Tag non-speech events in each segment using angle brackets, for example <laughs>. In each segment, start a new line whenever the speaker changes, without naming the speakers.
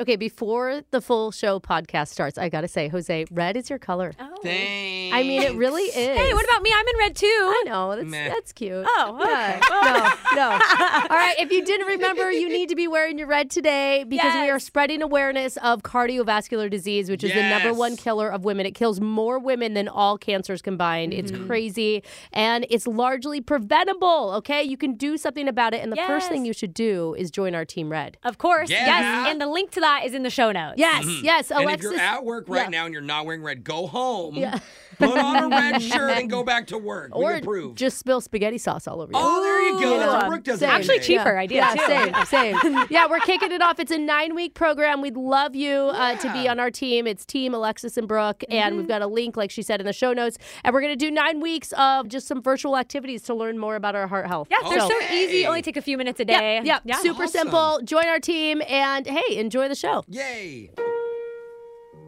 Okay, before the full show podcast starts, I gotta say, Jose, red is your color.
Thanks.
I mean, it really is.
Hey, what about me? I'm in red too.
I know that's
Meh.
that's cute.
Oh,
Yeah. no,
okay. <laughs>
no. All right. If you didn't remember, you need to be wearing your red today because we
Yes.
are spreading awareness of cardiovascular disease, which is the number
Yes.
one killer of women. It kills more women than all cancers combined.
Mm-hmm.
It's crazy, and it's largely preventable. Okay, you can do something about it, and the first
Yes.
thing you should do is join our team red.
Of course.
Yeah. Mm-hmm.
Yes. And the link to that is in the show notes.
Yes, yes,
And
Alexis.
if you're at work right
yeah.
now and you're not wearing red, go home, put on a
<laughs>
red shirt, and go back to work. we
or
approve.
just spill spaghetti sauce all over you.
oh, there you go. That's what Brooke does.
Same.
every
Actually
day.
cheap. cheaper
yeah.
idea,
Yeah,
too. <laughs>
same, same. yeah, we're kicking it off. It's a nine week program. We'd love you uh, to be on our team. It's Team Alexis and Brooke, and
Mm-hmm.
we've got a link, like she said, in the show notes. And we're going to do nine weeks of just some virtual activities to learn more about our heart health.
Yes, they're so
Okay.
easy. Only take a few minutes a
yeah,
day.
yeah, super simple. Join our team, and hey, enjoy the show.
Yay.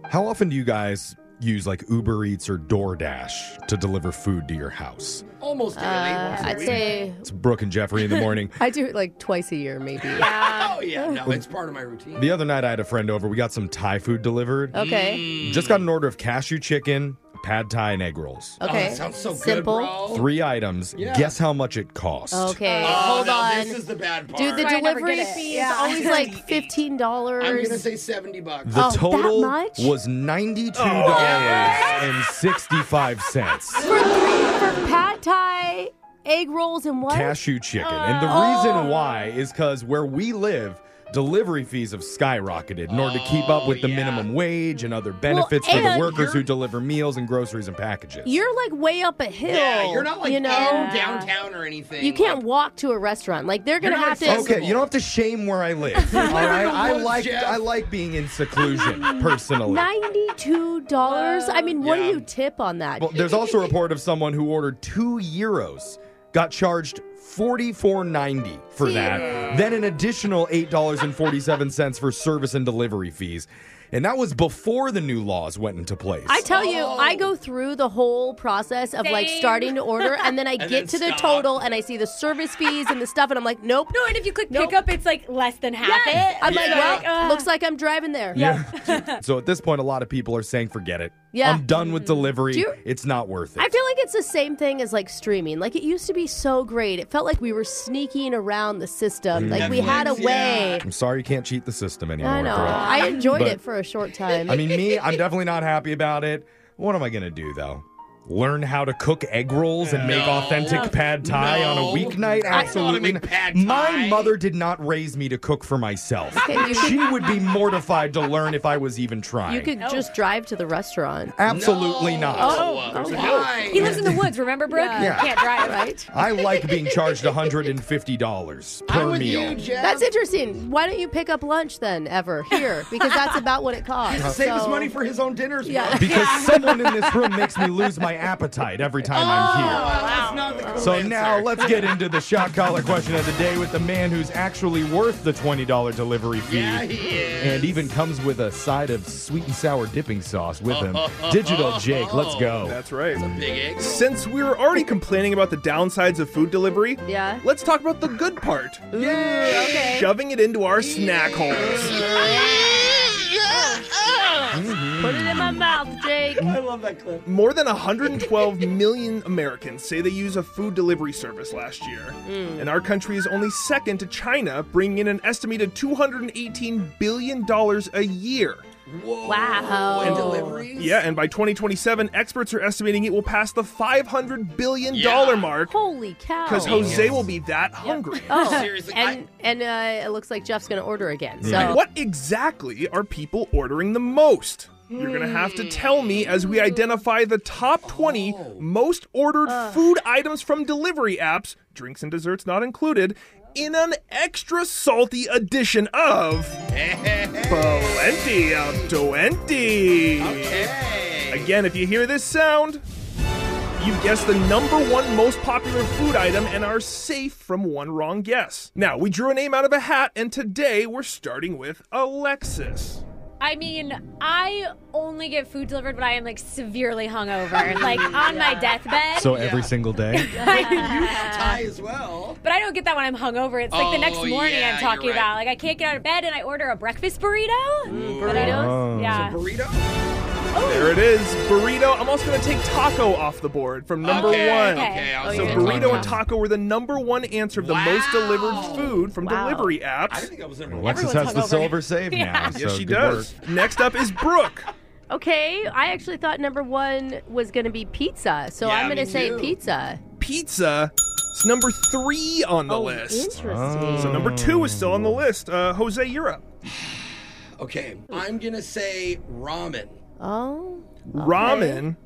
How often do you guys use like Uber Eats or DoorDash to deliver food to your house?
Almost daily. once a
Uh, I'd
week.
say
It's Brooke and Jeffrey in the morning.
<laughs> I do it like twice a year, maybe.
Oh, yeah. <laughs> No, it's part of my routine.
the other night I had a friend over. We got some Thai food delivered.
Okay,
Mm.
Just got an order of cashew chicken, pad Thai, and egg rolls.
Oh,
okay.
that sounds so
Simple.
good, bro.
Three items.
Yeah.
Guess how much it cost?
Okay,
Oh,
hold
no,
on.
This is the bad part.
Dude, the
That's why I never
delivery
get it.
fee
Yeah.
is
<laughs>
always like fifteen dollars.
I'm going to say 70 bucks.
The
Oh, that
total
much?
was ninety-two
Oh,
dollars and sixty-five cents.
for three for pad thai, egg rolls, and what?
Cashew chicken, and the
Oh.
reason why is because where we live. Delivery fees have skyrocketed in order to keep up with the minimum wage and other benefits for the
Oh, and
workers who deliver meals and groceries and packages.
You're like way up a hill.
yeah, you're not like
you know.
in downtown or anything.
You can't
Like,
walk to a restaurant. Like they're gonna
You're not
have to.
accessible.
okay, you don't have to shame where I
<laughs>
live. all right, I
woods,
like
Jeff.
I like being in seclusion personally.
Ninety-two dollars. I mean, what
Yeah.
do you tip on that?
Well, there's also a report of someone who ordered two euros, got charged forty-four ninety for that, then an additional eight dollars and forty-seven cents for service and delivery fees. And that was before the new laws went into place.
I tell you, I go through the whole process of like
Oh. Same.
starting to
<laughs>
order, and then I
And
get
then
to the
stop.
total, and I see the service fees and the stuff, and I'm like, nope.
No, and if you click
Nope.
pickup, it's like less than half it. uh.
I'm like,
Yeah.
well,
Ugh.
looks like I'm driving there.
yeah. <laughs> so at this point, a lot of people are saying, forget it.
Yeah. Mm-hmm.
I'm done with delivery.
Do you-
it's not worth it.
I feel like it's the same thing as like streaming. Like it used to be so great. It felt like we were sneaking around the
Mm.
system. Like we had a
Netflix,
way.
I'm sorry you can't cheat the system anymore.
I know.
girl.
I enjoyed
But-
it for a short time.
I mean,
<laughs>
me, I'm definitely not happy about it. What am I going to do, though? Learn how to cook egg rolls and make
No.
authentic pad thai on a
No.
weeknight?
I know how to
Absolutely.
make
not.
pad
My
thai.
mother did not raise me to cook for myself.
Okay, you
she would be mortified to learn if I was even trying.
you could just drive to the restaurant. Oh,
Absolutely
No,
not.
there's a line.
Oh, he lives in the woods, remember, Brooke?
Yeah.
Can't drive,
Right?
I like being charged $150 per
I'm with
meal.
you, Jeff.
That's interesting. Why don't you pick up lunch then ever here? Because
<laughs>
that's about what it costs.
Save his
Oh, So-
money for his own dinners.
Yeah.
because someone in this room makes me lose my appetite every time
Oh,
I'm here.
That's not
<laughs>
the cool
So
answer.
now let's get into the shot collar question of the day with the man who's actually worth the $20 delivery fee.
Yeah, he is.
And even comes with a side of sweet and sour dipping sauce with
<laughs>
him. <laughs> Digital Jake, let's go.
That's right.
Big eggs.
Since we were already complaining about the downsides of food delivery,
Yeah.
let's talk about the good part.
Okay.
Shoving it into our snack holes.
Put it in my mouth, Jake.
Mm-hmm. I love that clip. <laughs>
More than 112 million Americans say they use a food delivery service last year.
Mm.
Mm.
And our country is only second to China, bringing in an estimated $218 billion a year.
Whoa.
Wow.
And deliveries.
Yeah, and by 2027, experts are estimating it will pass the $500 billion
Yeah.
mark
Holy cow.
because Jose will be that hungry.
Oh,
<laughs> Seriously,
and and uh, it looks like Jeff's gonna order again. Oh. So
What exactly are people ordering the most? You're going to have to tell me as
Hmm.
we identify the top 20
Oh.
most ordered food items from delivery apps, drinks and desserts not included, in an extra salty edition of Plenty of 20.
Hey.
Again, if you hear this sound, you've guessed the number one most popular food item and are safe from one wrong guess. Now, we drew a name out of a hat, and today we're starting with Alexis.
I mean, I only get food delivered when I am like severely hungover, like
<laughs>
on my deathbed. Uh,
So every single day.
You have Thai as well.
but I don't get that when I'm hungover. It's like the next
Oh,
morning
yeah,
I'm talking
you're right.
about. Like I can't get out of bed and I order a breakfast burrito.
burritos?
Oh.
Yeah.
Burrito. Oh.
There it is, burrito. I'm also going to take taco off the board from number
okay.
one.
Okay. I'll say
So
So
yeah.
taco.
burrito and taco were the number one answer of the most delivered
Wow.
food from
Wow.
delivery
I
apps.
think I was number one.
Alexis
Everyone's
has the
hungover.
silver
<laughs>
save now.
Yes,
so
she
good
does.
work.
Next up is Brooke.
Okay, I actually thought number one was gonna be pizza, so
Yeah,
I'm
me
gonna say
too.
pizza.
Pizza is number three on the list.
Oh, Interesting.
So number two is still on the list. Uh, Jose, you're up.
<sighs> Okay. I'm gonna say ramen.
Oh,
Ramen.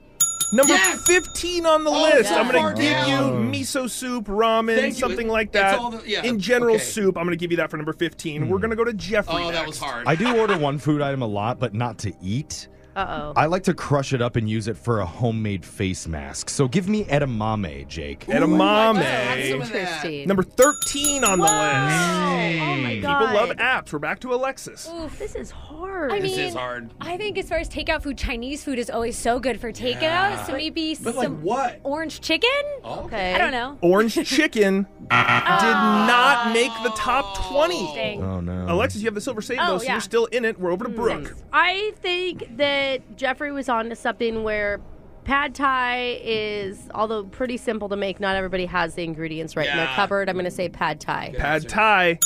Number
Yes!
15 on the
Oh,
list.
so
I'm going
far
to give
down.
you miso soup, ramen,
Thank you.
something like
That's
that.
all the- yeah,
In general,
okay.
soup. I'm going to give you that for number 15. We're going to go to Jeffrey.
Oh, that
next.
was hard.
Hmm. I do order one food item a lot, but not to eat.
uh oh.
I like to crush it up and use it for a homemade face mask. So give me edamame, Jake.
Edamame.
Interesting.
Number 13 on the list.
Oh my god.
People love apps. We're back to Alexis.
This is hard.
I mean,
This is hard.
I think as far as takeout food, Chinese food is always so good for takeout. So maybe
But like
some
what? Oh.
orange chicken.
okay.
I don't know.
Orange chicken did
Oh.
not make the top 20.
Dang.
Oh no.
Alexis, you have the silver save
Oh,
though, so
yeah.
you're still in it. We're over
Hmm.
to Brooke.
I think that Jeffrey was on to something where pad thai is, although pretty simple to make, not everybody has the ingredients right in their
Yeah.
cupboard. I'm going to say pad thai.
Pad Thai,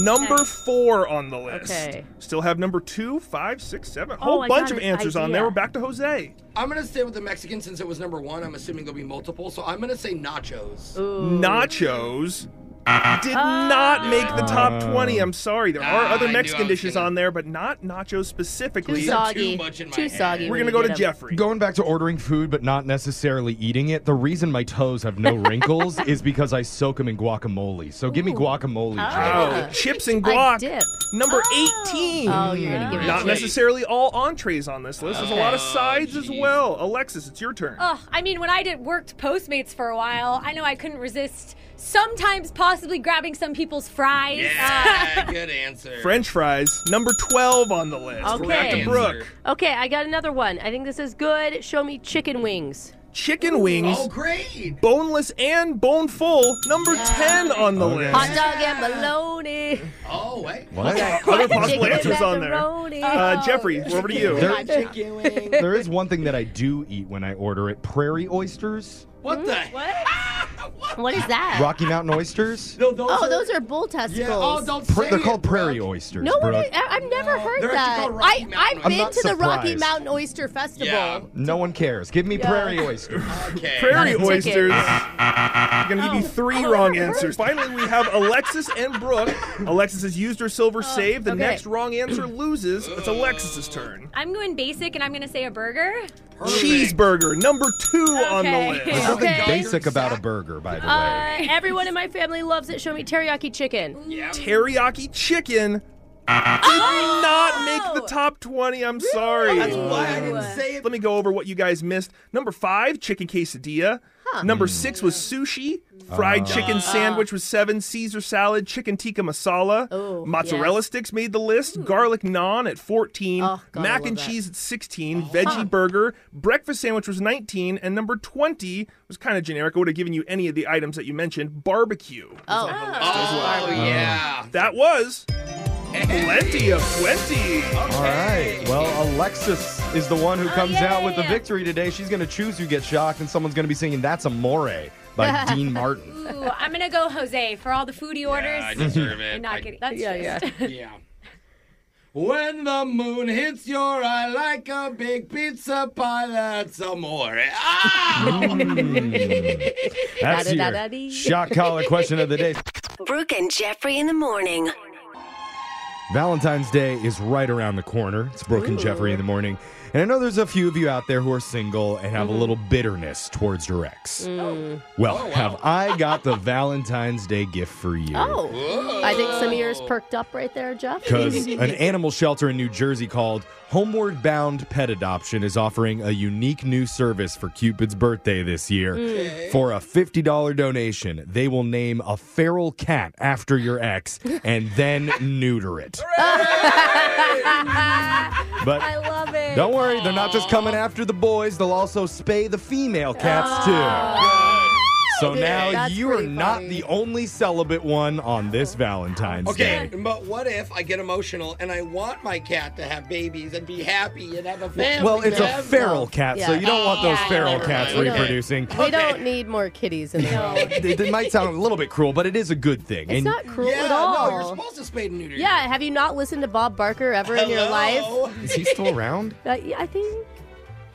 number four on the list.
Okay.
Still have number two, five, six, seven.
Oh,
Whole
I
bunch
got
of
an
answers on there.
idea.
We're back to Jose.
I'm gonna stay with the Mexican since it was number one. I'm assuming there'll be multiple, so I'm gonna say nachos.
Nachos did
Oh.
not make the top 20. I'm sorry. There are
Ah, I
other
knew I was
Mexican dishes
gonna-
on there, but not nachos
Too
specifically.
soft.
soggy.
much in my
Too
head.
soggy.
We're
going
going to go to Jeffrey.
Going back to ordering food but not necessarily eating it, the reason my toes have no
<laughs>
wrinkles is because I soak them in guacamole. So give me guacamole.
Oh.
Jake.
Wow. Chips and
I
guac.
Oh. dip.
Number 18.
Oh, you're going to give me
Not
shit.
necessarily all entrees on this list. There's a lot of sides as well. Alexis, it's your turn.
Ugh, I mean, when I did worked Postmates for a while, I know I couldn't resist sometimes pasta possibly grabbing some people's fries.
Yeah, good answer.
French fries, number 12 on the list.
Okay.
Back to Brooke.
Okay, I got another one. I think this is good. Show me chicken wings.
Chicken wings,
Oh, great.
boneless and bone full, number 10 on the
Okay.
Hot
list.
dog and bologna.
Oh,
<laughs>
wait.
What?
<laughs> Other possible
Chicken
answers on there.
pepperoni.
Uh, Jeffrey, we're over to you.
There-
Chicken
<laughs>
wing.
there is one thing that I do eat when I order it: prairie oysters,
What the? What?
Hmm?
<laughs>
What is that?
Rocky Mountain oysters.
No, those
oh,
are,
those are bull testicles.
Yeah, oh, don't
Pra-
say
they're
it,
called prairie
Brooke.
oysters.
No, one,
Brooke.
I, I've never heard
They're actually
that.
called Rocky
I,
Mountain
I've
I'm
been to
not
the Rocky
surprised.
Mountain Oyster Festival.
Yeah.
No one cares. Give me prairie oysters.
Okay.
Prairie
Got a ticket. Oh,
oysters. I'm gonna give you three wrong answers. Finally, we have Alexis and
<laughs>
Brooke. Alexis has used her silver save. The
Oh, okay.
next wrong answer loses. It's Alexis's turn.
Uh, I'm going basic, and I'm going to say a burger.
Perfect.
Cheeseburger, number two
Okay.
on the
There's
list.
nothing
Okay.
basic about a burger, by the way.
Uh, everyone in my family loves it. Show me teriyaki chicken.
Yeah.
Teriyaki chicken did not make the top 20. I'm sorry.
Oh! That's why I didn't say it.
Let me go over what you guys missed. Number five, chicken quesadilla. Number six was sushi. Fried chicken sandwich was seven. Caesar salad, chicken tikka masala.
Oh,
mozzarella
yes.
sticks made the list.
Hmm.
Garlic naan at 14.
Oh, God, I
mac
love
and
that.
cheese at 16. Veggie burger. Breakfast sandwich was 19. And number 20 was kind of generic. I would have given you any of the items that you mentioned. Barbecue. was
Oh.
on the list as well.
Oh, yeah.
That was plenty of 20.
All right. Well, Alexis is the one who comes out with the
yeah.
victory today. She's going to choose who gets shocked, and someone's going to be singing "That's a More"
<laughs>
by Dean Martin.
Ooh, I'm going to go Jose for all the foodie orders.
I deserve it.
<laughs> I'm not
I-
getting. That's
Yeah, yeah.
just-
<laughs>
<laughs>
Yeah. When the moon hits your eye like a big pizza pie, that's amore. Ah!
<laughs> Hmm. That's your
Da-da-da-da-dee.
shock collar question of the day.
Brooke and Jeffrey in the morning.
Valentine's Day is right around the corner. It's Brooke and Jeffrey in the morning. And I know there's a few of you out there who are single and have a little bitterness towards your ex.
Oh,
Well, have I got the Valentine's Day gift for you?
Oh, I think some of yours perked up right there, Jeff. <laughs>
because an animal shelter in New Jersey called Homeward Bound Pet Adoption is offering a unique new service for Cupid's birthday this year.
Mm.
For a $50 donation, they will name a feral cat after your ex and then neuter it. but
I love it.
don't worry, they're not just coming after the boys, they'll also spay the female cats too. So now
That's
you are
pretty
not
funny.
the only celibate one on this Valentine's Day.
okay, but what if I get emotional and I want my cat to have babies and be happy and have a family?
Well, it's a
man?
feral cat, so
Yeah.
you don't want those
Yeah,
feral
never
cats
mind.
reproducing.
We don't need more kitties in the world.
<laughs> They, they might sound a little bit cruel, but it is a good thing.
It's not cruel
Yeah,
at
no, you're
all.
supposed to spay and neuter.
yeah, have you not listened to Bob Barker ever in your life?
is he
<laughs>
still around?
Uh, yeah, I think.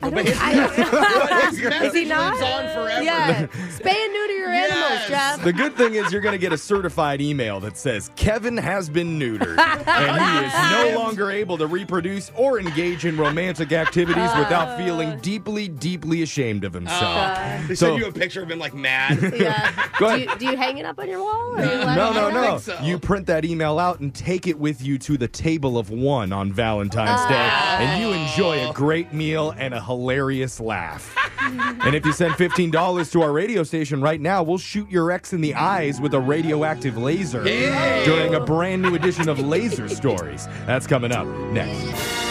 I
But
don't.
his,
I,
but his message
he not?
lives on forever. <laughs>
yeah, spay and neuter your
Yes.
animals,
<laughs>
Jeff.
The good thing is you're going to get a certified email that says Kevin has been neutered and he is no longer able to reproduce or engage in romantic activities without feeling deeply, deeply ashamed of himself.
Oh, They
So-
send you a picture of him like mad.
Yeah.
Go
do,
ahead.
you, do you hang it up on your wall? Or you let
No,
it
no,
hang
no.
up?
think so.
You print that email out and take it with you to the table of one on Valentine's Day, and you enjoy a great meal and a hilarious laugh. and if you send $15 to our radio station right now, we'll shoot your ex in the eyes with a radioactive laser during a brand new edition of Laser Stories. That's coming up next.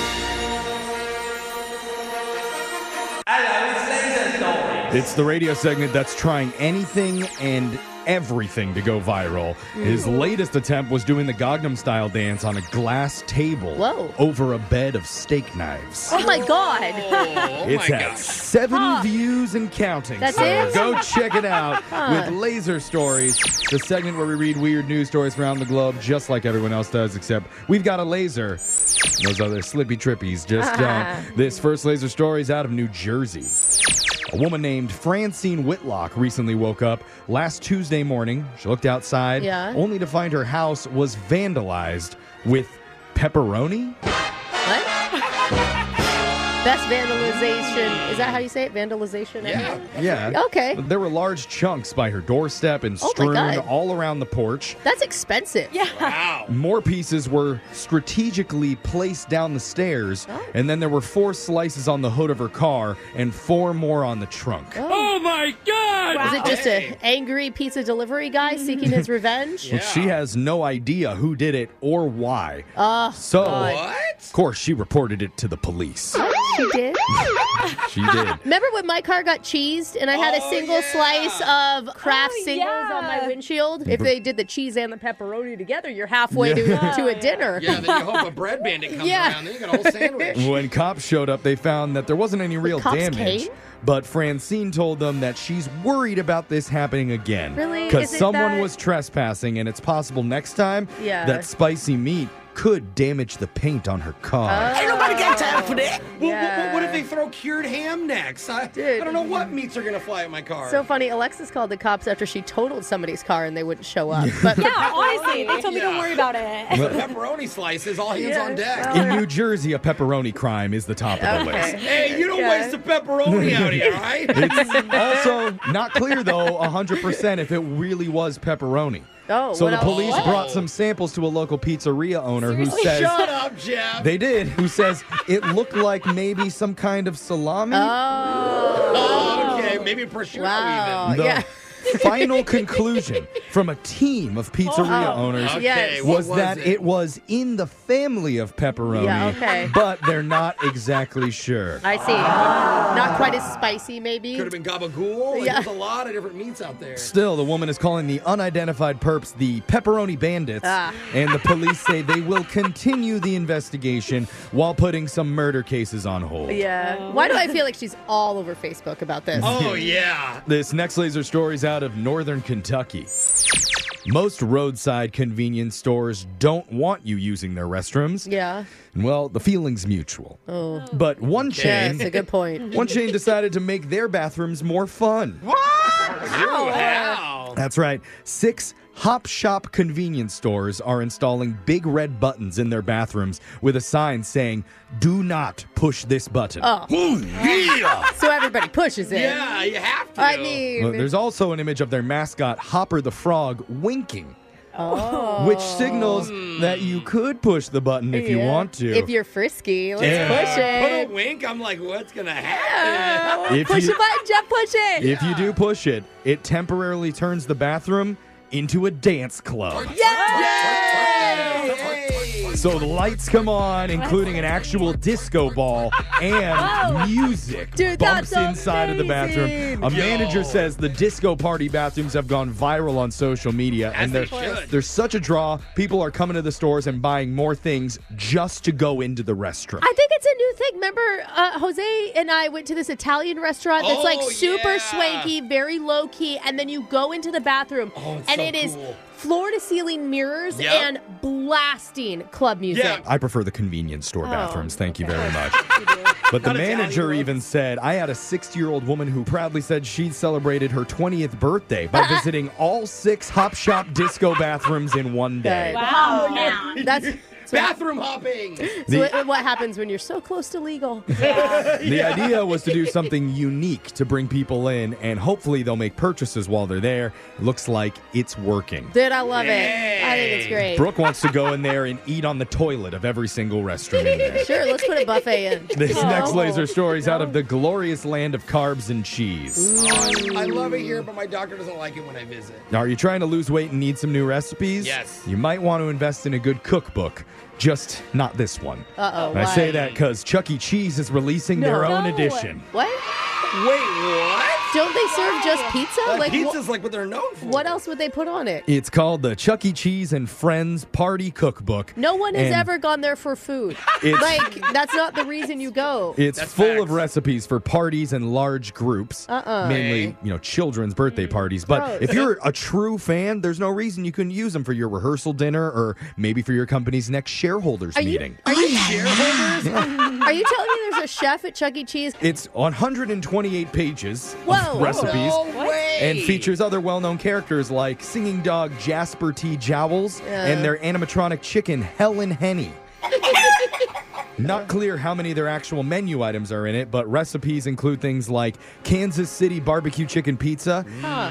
It's the radio segment that's trying anything and everything to go viral. His
Mm.
latest attempt was doing the Gognam style dance on a glass table
Whoa.
over a bed of steak knives.
Oh my God.
Oh,
<laughs> it's
my
had
gosh.
seven views and counting.
That's
so
it?
go check it
<laughs>
out with Laser Stories, the segment where we read weird news stories from around the globe, just like everyone else does, except we've got a laser. Those other slippy trippies just
Uh-huh.
don't. This first laser story is out of New Jersey. A woman named Francine Whitlock recently woke up last Tuesday morning. She looked outside,
Yeah.
only to find her house was vandalized with pepperoni.
What? Best vandalization. Is that how you say it? Vandalization?
Yeah.
Yeah.
Okay.
There were large chunks by her doorstep and
Oh my
strewn
God.
all around the porch.
That's expensive. Yeah.
Wow.
More pieces were strategically placed down the stairs, and then there were four slices on the hood of her car and four more on the trunk.
Oh my God!
Is it just an angry pizza delivery guy seeking
<laughs>
his revenge?
But she has no idea who did it or why. so,
What?
of course, she reported it to the police.
She did.
she did.
Remember when my car got cheesed and I had a
Oh,
single
yeah.
slice of Kraft
Oh,
singles
yeah.
on my windshield? If they did the cheese and the pepperoni together, you're
<laughs>
halfway to, to a dinner.
Yeah, then you hope a
<laughs>
bread bandit comes
Yeah.
around. Then you got a whole sandwich.
When cops showed up, they found that there wasn't any real
cops
damage.
came?
But Francine told them that she's worried about this happening again.
Really?
Because
Is it
someone
that-
was trespassing, and it's possible next time
Yeah.
that spicy meat could damage the paint on her car.
Oh.
Ain't nobody got time for that. Well,
Ah. Yeah.
what, what if they throw cured ham next? I,
Dude.
I don't know what meats are gonna fly at my car.
So funny. Alexis called the cops after she totaled somebody's car and they wouldn't show up. But <laughs>
Yeah, honestly, they told me don't
Yeah.
worry about
<laughs>
it.
The pepperoni slices, all hands on deck.
In
<laughs>
New Jersey, a pepperoni crime is the top of the list.
Hey, you don't waste the pepperoni
<laughs>
out here, all right?
Also, uh, not clear though, 100% if it really was pepperoni.
Oh,
so
what
the
else?
police
What?
brought some samples to a local pizzeria owner who says
<laughs> Shut up, Jeff.
They did. Who says it looked like maybe some kind of salami?
oh, okay, maybe prosciutto
Wow.
the
yeah.
<laughs> final conclusion from a team of pizzeria owners
even. Okay,
Yes.
what
was, that it? was in the family of pepperoni,
Yeah, okay.
but they're not exactly sure.
I see. Not quite as spicy, maybe.
could have been gabagool.
Yeah.
There's a lot of different meats out there.
Still, the woman is calling the unidentified perps the pepperoni bandits, and the police say they will continue the investigation while putting some murder cases on hold.
Yeah. Why do I feel like she's all over Facebook about this?
<laughs>
Oh yeah.
This next laser story is out of northern Kentucky. Most roadside convenience stores don't want you using their restrooms.
Yeah.
And, Well, the feeling's mutual. Oh. But one
Yeah, that's a
chain,
good
<laughs>
point.
one chain decided to make their bathrooms more fun.
Wow.
That's right. Six Hop Shop convenience stores are installing big red buttons in their bathrooms with a sign saying, "Do not push this button."
Oh,
yeah.
<laughs> So everybody pushes it.
Yeah, you have to.
I mean,
Well, there's also an image of their mascot, Hopper the Frog, winking.
oh.
Which signals that you could push the button if you
Hmm. yeah.
want to.
If you're frisky, let's
Yeah.
push
Put a
it.
wink. I'm like, what's gonna happen?
If
push
you-
the button, Jeff, push
<laughs>
it.
if you do push it, it temporarily turns the bathroom into a dance club. So the lights come on, including an actual disco ball
<laughs>
and music
Oh. Dude,
bumps
that's
inside of the bathroom.
amazing.
A manager says the disco party bathrooms have gone viral on social media, and
they
they're,
should.
they're such a draw. People are coming to the stores and buying more things just to go into the restroom.
I think it's a new thing. Remember, uh, Jose and I went to this Italian restaurant that's
Oh,
like super
yeah.
swanky, very low key, and then you go into the bathroom,
Oh, it's
and
so
it is
cool.
floor to ceiling mirrors
Yep.
and blasting club music.
Yeah. Oh.
I prefer the convenience store bathrooms. Thank you very
<laughs>
much. But the
Not Italian
manager
ones.
even said, I had a 60 year old woman who proudly said she'd celebrated her 20th birthday
<laughs>
by visiting all six Hop Shop disco bathrooms in one
<laughs>
day.
Wow. now.
<laughs> That's,
Bathroom hopping.
so
The-
what- what happens when you're so close to legal.
The idea was to do something unique to bring people in, and hopefully they'll make purchases while they're there. Looks like it's working.
Dude, I love it. I think it's great.
Brooke wants to go in there and eat on the toilet of every single restroom in
<laughs>
there.
Sure, let's put a buffet in.
This next
Oh.
laser story is out of the glorious land of carbs and cheese.
I love it here, but my doctor doesn't like it when I visit.
Now, Are you trying to lose weight and need some new recipes?
Yes.
You might want to invest in a good cookbook, just not this one.
Uh-oh,
And I say
why?
that because Chuck E. Cheese is releasing their own edition.
What?
Wait, what?
Don't they serve just pizza?
That
like wh-
pizza's like what they're known for.
what else would they put on it?
It's called the Chuck E. Cheese and Friends Party Cookbook.
No one has
And
ever gone there for food.
<laughs> It's-
like that's not the reason you go.
It's
That's
full
facts.
of recipes for parties and large groups, uh-uh. mainly you know children's
Mm.
birthday parties. But
Gross.
if you're a true fan, there's no reason you couldn't use them for your rehearsal dinner or maybe for your company's next shareholders
Are you-
meeting.
<laughs> Are you telling me there's a chef at Chuck E. Cheese?
It's 128 pages
Whoa.
of <laughs> recipes
No way.
and features other well-known characters like singing dog Jasper T. Jowls and their animatronic chicken Helen Henny. Not clear how many of their actual menu items are in it, but recipes include things like Kansas City barbecue chicken pizza,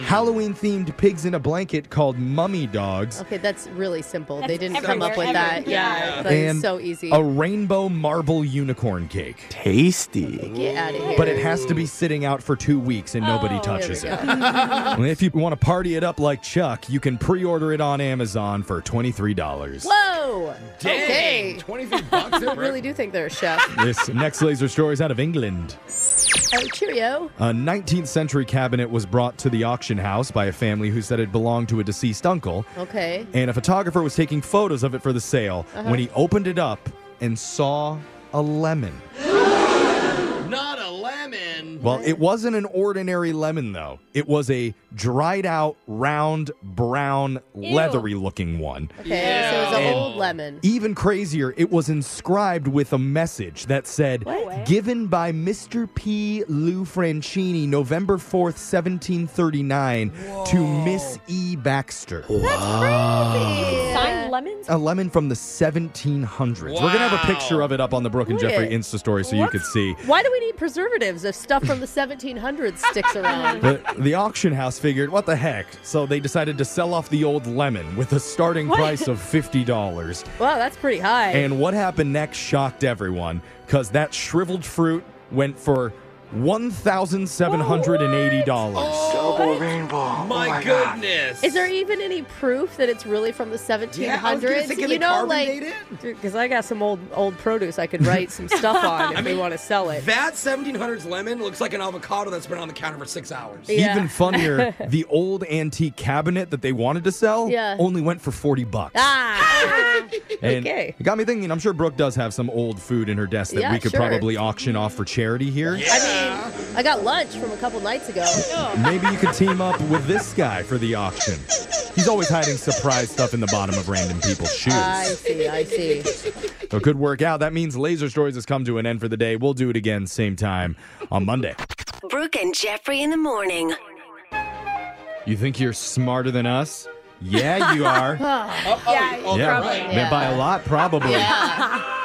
Halloween themed pigs in a blanket called mummy dogs,
Okay, that's really simple. they
That's
didn't come up
everywhere,
with that.
every-
Yeah,
yeah.
that's
and
so easy.
a rainbow marble unicorn cake.
Tasty.
Get out of here.
But it has to be sitting out for two weeks and
Oh,
nobody touches it. <laughs> And if you want to party it up like Chuck, you can pre order it on Amazon for $23.
<laughs> Whoa!
Dang,
Okay.
23
<laughs>
bucks.
I really do think they're a chef.
This next laser story is out of England.
oh, cheerio.
A 19th century cabinet was brought to the auction house by a family who said it belonged to a deceased uncle,
Okay.
and a photographer was taking photos of it for the sale when he opened it up and saw a lemon.
Not a lemon.
Well, it wasn't an ordinary lemon, though. It was a dried out, round, brown, leathery looking one.
Okay, so it's an
And-
old lemon.
Even crazier, it was inscribed with a message that said, given by Mr. P. Lou Franchini, November 4th, 1739, to Miss E. Baxter.
Oh.
Signed lemons?
A lemon from the 1700s. We're going to have a picture of it up on the Brooke and
Look
Jeffrey
at-
Insta story so you could see.
Why do we need preservatives if stuff from the 1700s
<laughs>
sticks around?
The, the auction house figured, what the heck? So they decided to sell off the old lemon with a starting price of $50.
Wow, that's pretty high.
And what happened next shocked everyone because that shriveled fruit went for $1,780.
Oh.
Double rainbow.
My,
oh my God.
goodness.
Is there even any proof that it's really from the 1700s?
Yeah, I was gonna say, can
you
they
know,
carbonate
like,
it?
because I got some old <laughs> old produce I could write
<laughs>
some stuff on if we want to sell it.
that 1700s lemon looks like an avocado that's been on the counter for six hours.
Yeah.
Even
<laughs>
funnier, the old antique cabinet that they wanted to sell
Yeah.
only went for 40 bucks.
ah,
<laughs> and
okay.
It got me thinking, I'm sure Brooke does have some old food in her desk that
Yeah,
we could
sure.
probably auction off for charity here.
I mean, I got lunch from a couple nights ago.
Maybe you could team up with this guy for the auction. He's always hiding surprise stuff in the bottom of random people's shoes.
I see, I see.
So it could work out. That means Laser Stories has come to an end for the day. We'll do it again same time on Monday.
Brooke and Jeffrey in the morning.
You think you're smarter than us? Yeah, you
<laughs>
are.
Oh,
<laughs> yeah,
right.
Man, by a lot, probably.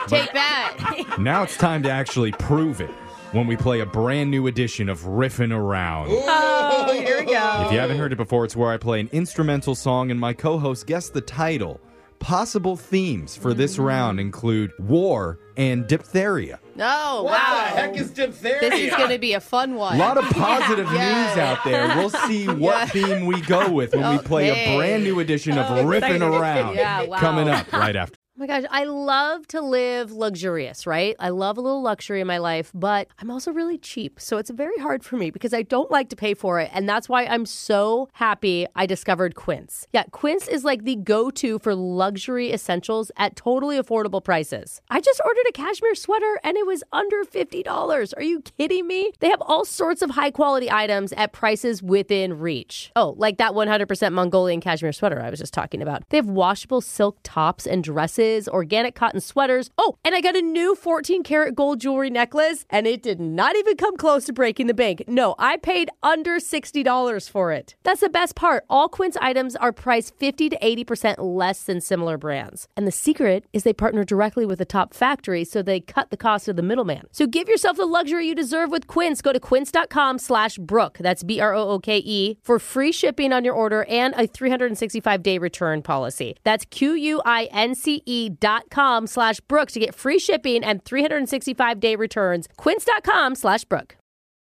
Take
<laughs>
that.
Now it's time to actually prove it when we play a brand new edition of Riffin' Around.
Oh, here we go.
If you haven't heard it before, it's where I play an instrumental song and my co host guess the title. Possible themes for this round include war and diphtheria.
No,
What
wow.
the heck is diphtheria?
This is going to be a fun
A
one. <laughs>
lot of positive news
Yeah. Oh,
out there. We'll
<laughs>
see what theme we go with when we play
Okay.
a brand new edition of Riffin' Around
Oh, Yeah, wow.
coming
<laughs>
up right after.
Oh my gosh, I love to live luxurious, right? I love a little luxury in my life, but I'm also really cheap. So it's very hard for me because I don't like to pay for it. And that's why I'm so happy I discovered Quince. Yeah, Quince is like the go to for luxury essentials at totally affordable prices. I just ordered a cashmere sweater and it was under $50. Are you kidding me? They have all sorts of high quality items at prices within reach. Oh, like that 100% Mongolian cashmere sweater I was just talking about. They have washable silk tops and dresses, organic cotton sweaters. Oh, and I got a new 14 karat gold jewelry necklace, and it did not even come close to breaking the bank. No, I paid under $60 for it. That's the best part. All Quince items are priced 50 to 80% less than similar brands. And the secret is they partner directly with the top factory, so they cut the cost of the middleman. So give yourself the luxury you deserve with Quince. Go to quince.com slash Brooke, that's B-R-O-O-K-E, E for free shipping on your order and a 365-day return policy. That's Q-U-I-N-C-E E dot com slash Brooke to get free shipping and 365-day returns. Quince.com slash Brooke.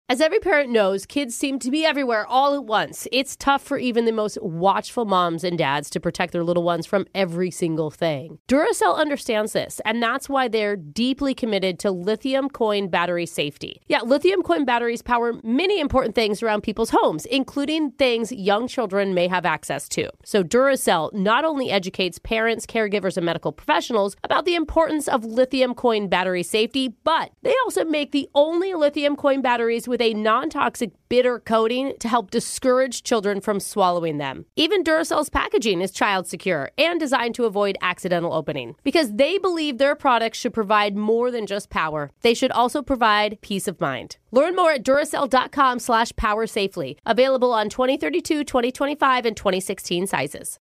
As every parent knows, kids seem to be everywhere all at once. It's tough for even the most watchful moms and dads to protect their little ones from every single thing. Duracell understands this, and that's why they're deeply committed to lithium coin battery safety. Yeah, lithium coin batteries power many important things around people's homes, including things young children may have access to. So Duracell not only educates parents, caregivers, and medical professionals about the importance of lithium coin battery safety, but they also make the only lithium coin batteries with a non toxic bitter coating to help discourage children from swallowing them. Even Duracell's packaging is child secure and designed to avoid accidental opening because they believe their products should provide more than just power. They should also provide peace of mind. Learn more at Duracell.com slash power safely. Available on 2032, 2025, and 2016 sizes.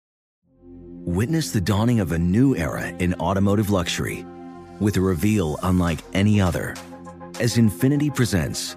Witness the dawning of a new era in automotive luxury with a reveal unlike any other. As Infinity presents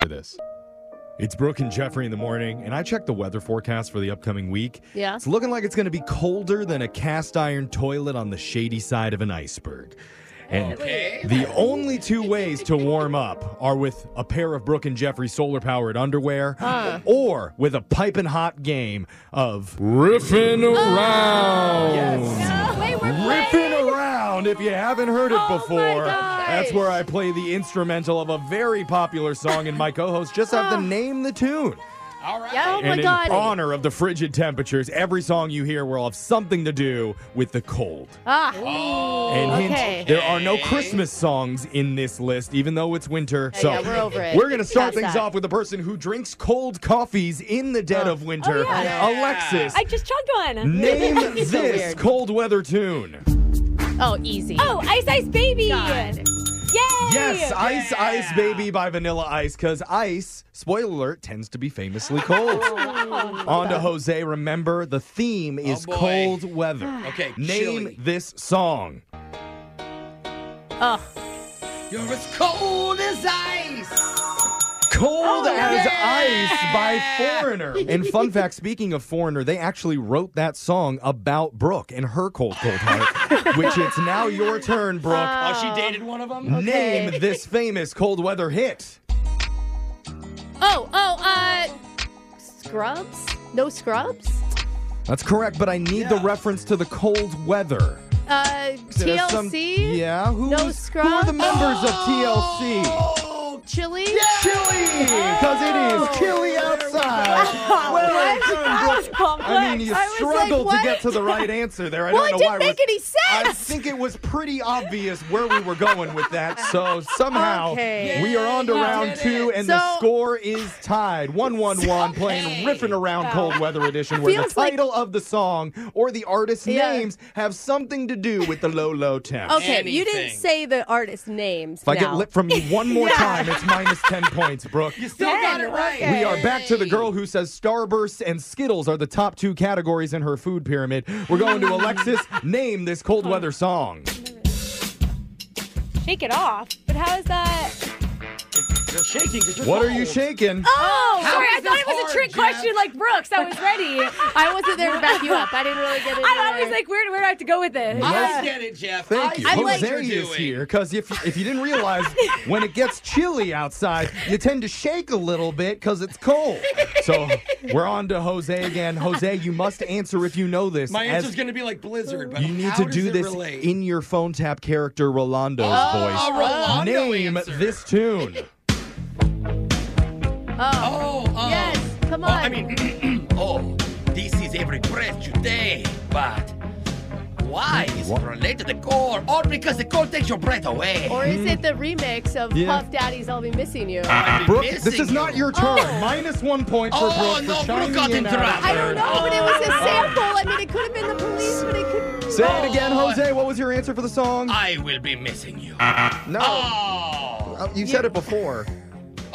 for this. It's Brooke and Jeffrey in the morning, and I checked the weather forecast for the upcoming week.
Yeah.
It's looking like it's going to be colder than a cast iron toilet on the shady side of an iceberg. And
Okay.
the only two ways to warm up are with a pair of Brooke and Jeffrey solar powered underwear
Huh.
or with a piping hot game of riffing
Ah,
around. Riffing around. If you haven't heard it
Oh
before, that's where I play the instrumental of a very popular song, and my co hosts just have to name the tune.
All right. Yeah, oh
and
my
in
god.
honor of the frigid temperatures, every song you hear will have something to do with the cold.
Ah.
And hint,
okay.
there are no Christmas songs in this list, even though it's winter.
Yeah,
so
yeah, we're over it.
We're gonna start
Past
things
that.
off with a person who drinks cold coffees in the dead of winter.
Oh,
Alexis,
I just chugged one.
name
<laughs>
<laughs> It's so
this
weird.
cold weather tune.
Oh, easy.
Oh, Ice Ice Baby. Yay!
Yes, Ice Ice Baby by Vanilla Ice, because ice, spoiler alert, tends to be
<laughs> Oh,
famously cold. On to Jose. Remember, the theme is
Oh, boy.
cold weather.
<sighs> Okay,
Name
chilly.
this song.
Oh.
You're as cold as ice.
Cold
Oh,
as
yeah.
Ice by
<laughs>
Foreigner. And fun fact, speaking of Foreigner, they actually wrote that song about Brooke and her cold, cold
<laughs>
heart, which it's now your turn, Brooke.
Oh,
Um,
she dated one of them?
Name this famous cold weather hit.
Oh, oh, uh Scrubs? No scrubs?
That's correct, but I need the reference to the cold weather.
Uh
There's
TLC?
some- yeah, who's,
No
who are
scrubs?
the members
Oh!
of TLC?
Chili? Oh.
Chili, because it is chilly
<laughs>
outside. well, done, Brooke. I mean, you
I was
struggled
like,
to get
what?
to the right answer there. I
Well, it
don't know
didn't
why.
make
we're-
any sense.
<laughs>
I think it was pretty obvious where we were going with that.
<laughs>
So somehow
Okay.
we are on to
Yeah.
round two, and the
So-
score is tied one-one-one. Playing riffing around cold weather edition, where the
Feels like-
title of the song or the artist's
Yeah.
names have something to do with the low, low temp.
Okay, you didn't
Anything.
say the artist names.
If I
now.
get lit from you one
<laughs>
more time, it's minus 10 points, Brooke.
You still got it right.
We are back to the girl who says Starburst and Skittles are the top two categories in her food pyramid. We're going to
<laughs>
Alexis. Name this cold weather song.
Shake it off. But how is that?
You're shaking because you're
What are
cold.
you shaking?
Oh,
How
sorry.
is
I thought
this
it was a
hard,
trick
Jeff?
question, like Brooks. I was ready.
<laughs> I wasn't there to back you up. I didn't really get it.
I'm always like, where, where do I have to go with this?
I get it, Jeff.
Thank
I
you.
see
I'm
what
like-
Jose
you're
is
doing.
here because if, if you didn't realize, when it gets chilly outside, you tend to shake a little bit because it's cold. So we're on to Jose again. Jose, you must answer if you know this.
My
as
answer's going to be like Blizzard, but
you need
how
to
does
do
it
this
relate?
in your phone tap character Rolando's
a
voice.
Rolando
Name
answer.
this tune.
Oh, uh,
yes, come
oh,
on.
I mean, <clears throat> oh,
every breath you take. But why is it related to the core? Or because the core takes your breath away?
Or is it the remix of
Yeah.
Puff Daddy's I'll Be Missing You?
Mm.
Uh,
Brooke, this is not your turn. Minus one point for
Oh,
Brooke.
no,
for
Brooke
chiming
got
in
entrapped.
after.
I don't know,
but it was
Oh.
a sample. I mean, it could have been the police, but it could.
Uh, Say it again, Jose. What was your answer for the song?
I will be missing you.
No. Uh, you said it before.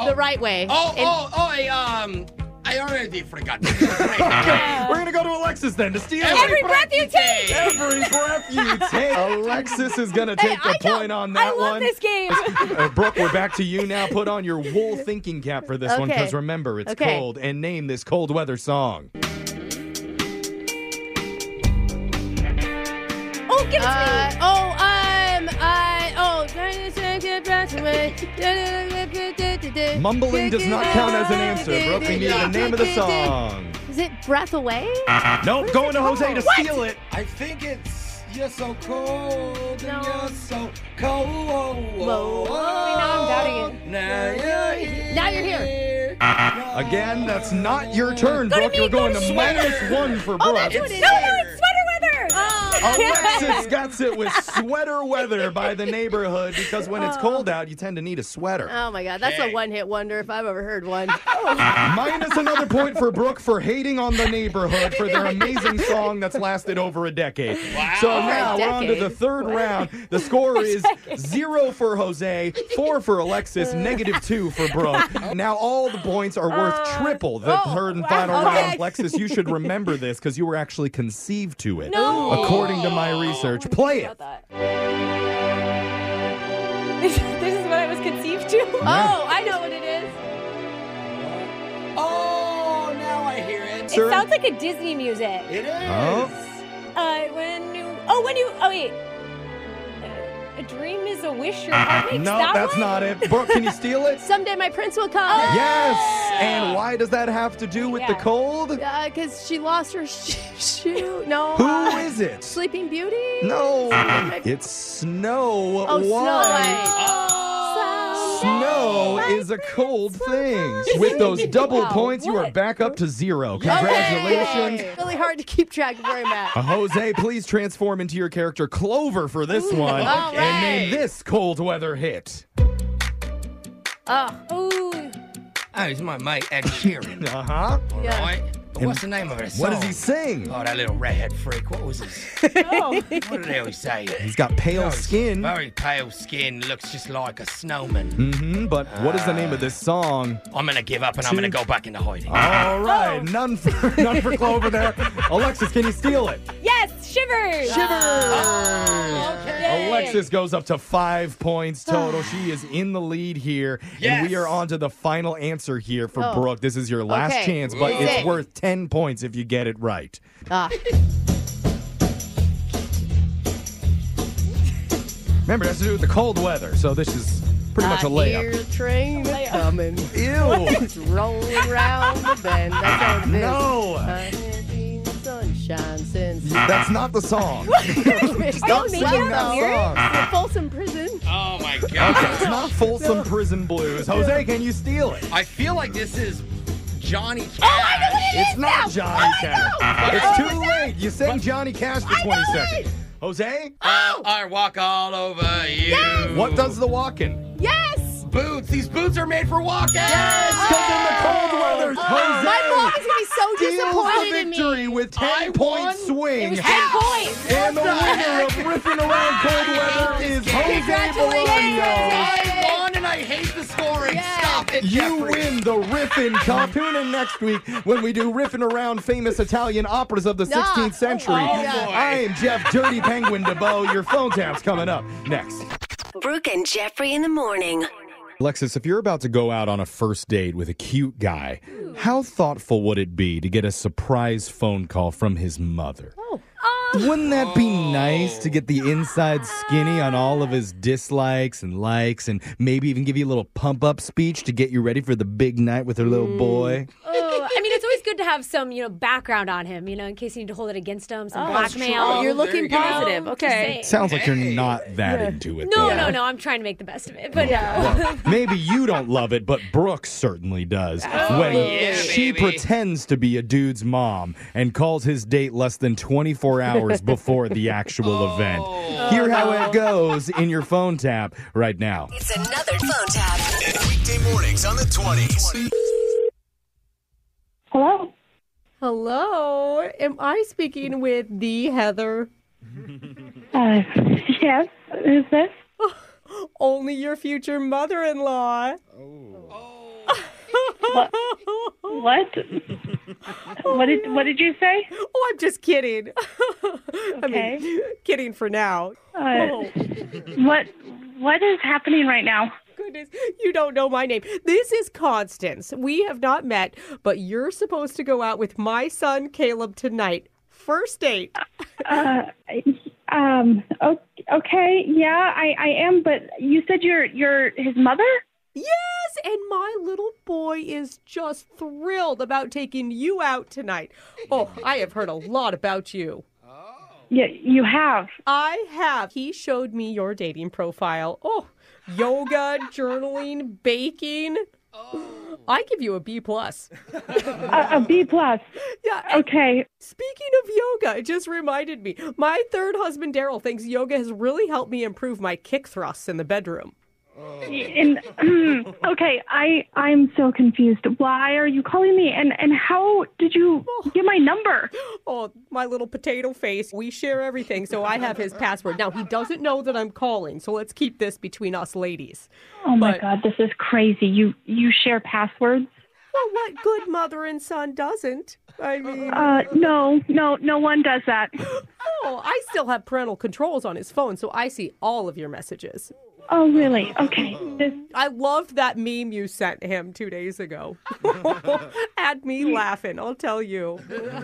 The right way.
Oh,
And-
oh, oh, I, um, I already forgot.
We're gonna go to Alexis then to steal
Every breath you take.
Every breath you take. Alexis is gonna take the point on that one.
game. <laughs>
Uh, Brooke, we're back to you now. Put on your wool thinking cap for this one
Okay.
because remember, it's
Okay.
cold. And name this cold weather song.
Oh, give it to me. Oh, um, I, oh, trying to take your breath away.
Mumbling does not count as an answer. Brooke, we need the name of the song.
Is it Breath Away?
Nope, going to Jose
<laughs>
to
What?
steal it.
I think it's You're So Cold and You're So Cold. Whoa, Now you're here.
Now you're here.
Again, that's not your turn,
Go to
Brooke.
me,
You're
go
going
to
to
me.
minus one for
Oh,
Brooke.
that's what it is. Oh,
it's sweater weather.
Oh, Alexis gets it with sweater weather by the neighborhood because when it's cold out, you tend to need a sweater.
Oh my God, that's a one-hit wonder if I've ever heard one.
Minus another point for Brooke for hating on the neighborhood for their amazing song that's lasted over a decade. So
Over a
now we're on to the
decade.
third round. The score is zero for Jose, four for Alexis, negative two for Brooke. Now all the points are worth triple the third and final
okay.
round. Alexis, you should remember this because you were actually conceived to it,
No.
according to my research. Play it.
<laughs>
This, this is what I was
<laughs>
conceived to.
Oh, I know what it is.
Oh, now I hear it.
It sounds like a Disney music.
It is.
Oh,
Uh, when you, oh, when you, oh wait, a dream is a wish your heart makes.
Uh-huh. No,
that
that's
one? Oh.
not it. Brooke,
<laughs>
can you steal it?
Someday my prince will come.
Yes! And why does that have to do with the
Yeah.
cold?
Because she lost her sh- shoe. No.
Who
uh,
is it?
Sleeping Beauty?
No,
Uh-huh.
it's Snow
Oh, Snow
White.
White.
Snow is a cold thing. With
<laughs>
those double
Wow,
points, you are back up to zero.
Okay.
Congratulations.
Really hard to keep track of where I'm at.
Uh, Jose, please transform into your character Clover for this one
all right.
and name this cold weather
<laughs>
hit.
Oh,
Ooh,
Oh, it's my mate Ed Sheeran.
Uh huh.
All
Yeah.
right. But what's the name of it?
What does he sing?
Oh, that little redhead freak. What was his? what did they always say?
He's got pale skin.
Very pale skin, looks just like a snowman.
Mm-hmm, but what is the name of this song?
Um,
I'm gonna give up and I'm gonna
Two.
go back into hiding.
All right,
Oh.
none for <laughs> none for Clover there.
<laughs>
Alexis, can you steal it?
yes, shivers. Oh, Ah, Yay.
Alexis goes up to five points total. She is in the lead here. And
Yes.
we are on to the final answer here for
Oh.
Brooke. This is your last
Okay.
chance, but
Is
it's
it-
worth 10 points if you get it right.
Ah.
Remember, it has to do with the cold weather, so this is pretty much a
I hear
layup.
a train a coming.
Ew.
<laughs>
Ah,
It's rolling round the bend. That's how it is.
no.
I have seen the sunshine since.
That's not the song.
<laughs> Don't
sing that song.
Folsom Prison.
Oh my god.
It's not Folsom Prison Blues. Jose, can you steal it?
I feel like this is Johnny
Oh
Cash.
It's
Oh,
not Johnny Cash. It's too late. You sang Johnny Cash for 20 seconds. Jose,
Oh, I walk all over you.
what does the walking?
Yes!
boots? These boots are made for walking.
Because in the cold weather, Jose
Oh. My mom is going to be so
steals the
disappointed in me.
victory with 10
I
point
won.
swing.
Ten points.
and the winner of Riffing Around Cold Weather is Jose Bologna.
I won and I hate the scoring. Stop it,
You
Jeffrey.
win the Riffin' Cup. Tune in next week when we do Riffin' Around Famous Italian Operas of the 16th Century.
Oh, boy.
I am Jeff Dirty Penguin DeBoe. Your phone tap's coming up next.
Brooke and Jeffrey in the morning.
Alexis, if you're about to go out on a first date with a cute guy, how thoughtful would it be to get a surprise phone call from his mother?
Oh.
Wouldn't that be nice
Oh.
to get the inside skinny on all of his dislikes and likes and maybe even give you a little pump up speech to get you ready for the big night with her little boy?
Oh, I mean, it's always good good to have some, you know, background on him, you know, in case you need to hold it against him, some
Oh,
blackmail.
true. You're looking
You know,
positive.
just
Okay.
saying.
Sounds like you're not that into it.
Mm. No,
though.
no, no. I'm trying to make the best of it. But <laughs>
Well, maybe you don't love it, but Brooke certainly does.
Oh,
when
yeah,
she pretends to be a dude's mom and calls his date less than 24
<laughs>
hours before the actual event.
Oh.
Hear how it goes in your phone tap right now.
It's another phone tap.
Weekday mornings on the 20s.
Hello. Hello. Am I speaking with the Heather?
Uh, <laughs> yes, who's this?
<laughs> Only your future mother-in-law. <laughs>
What? Oh. What, what, did, what did you say?
Oh, I'm just kidding. <laughs> I mean, kidding for now.
Uh, What? What is happening right now?
Goodness, you don't know my name. This is Constance. We have not met, but you're supposed to go out with my son Caleb tonight. First date.
Uh, um, o- okay, yeah, I, I am, but you said you're, you're his mother?
Yes, and my little boy is just thrilled about taking you out tonight. Oh, I have heard a lot about you.
Yeah, you have.
I have. He showed me your dating profile. Oh, yoga, journaling, baking. I give you a B plus.
A, a B plus.
Yeah.
Okay.
Speaking of yoga, it just reminded me. My third husband Daryl thinks yoga has really helped me improve my kick thrusts in the bedroom.
And, hmm, okay, I, I'm so confused. Why are you calling me? And, and how did you get my number?
<laughs> Oh, my little potato face. We share everything, so I have his password. Now, he doesn't know that I'm calling, so let's keep this between us ladies.
Oh my
But-
God, this is crazy. You, you share passwords?
Well, what good mother and son doesn't? I mean,
Uh, no, no, no one does that.
oh, I still have parental controls on his phone, so I see all of your messages.
Oh, really? Okay. This,
I loved that meme you sent him two days ago. <laughs> Had me laughing, I'll tell you.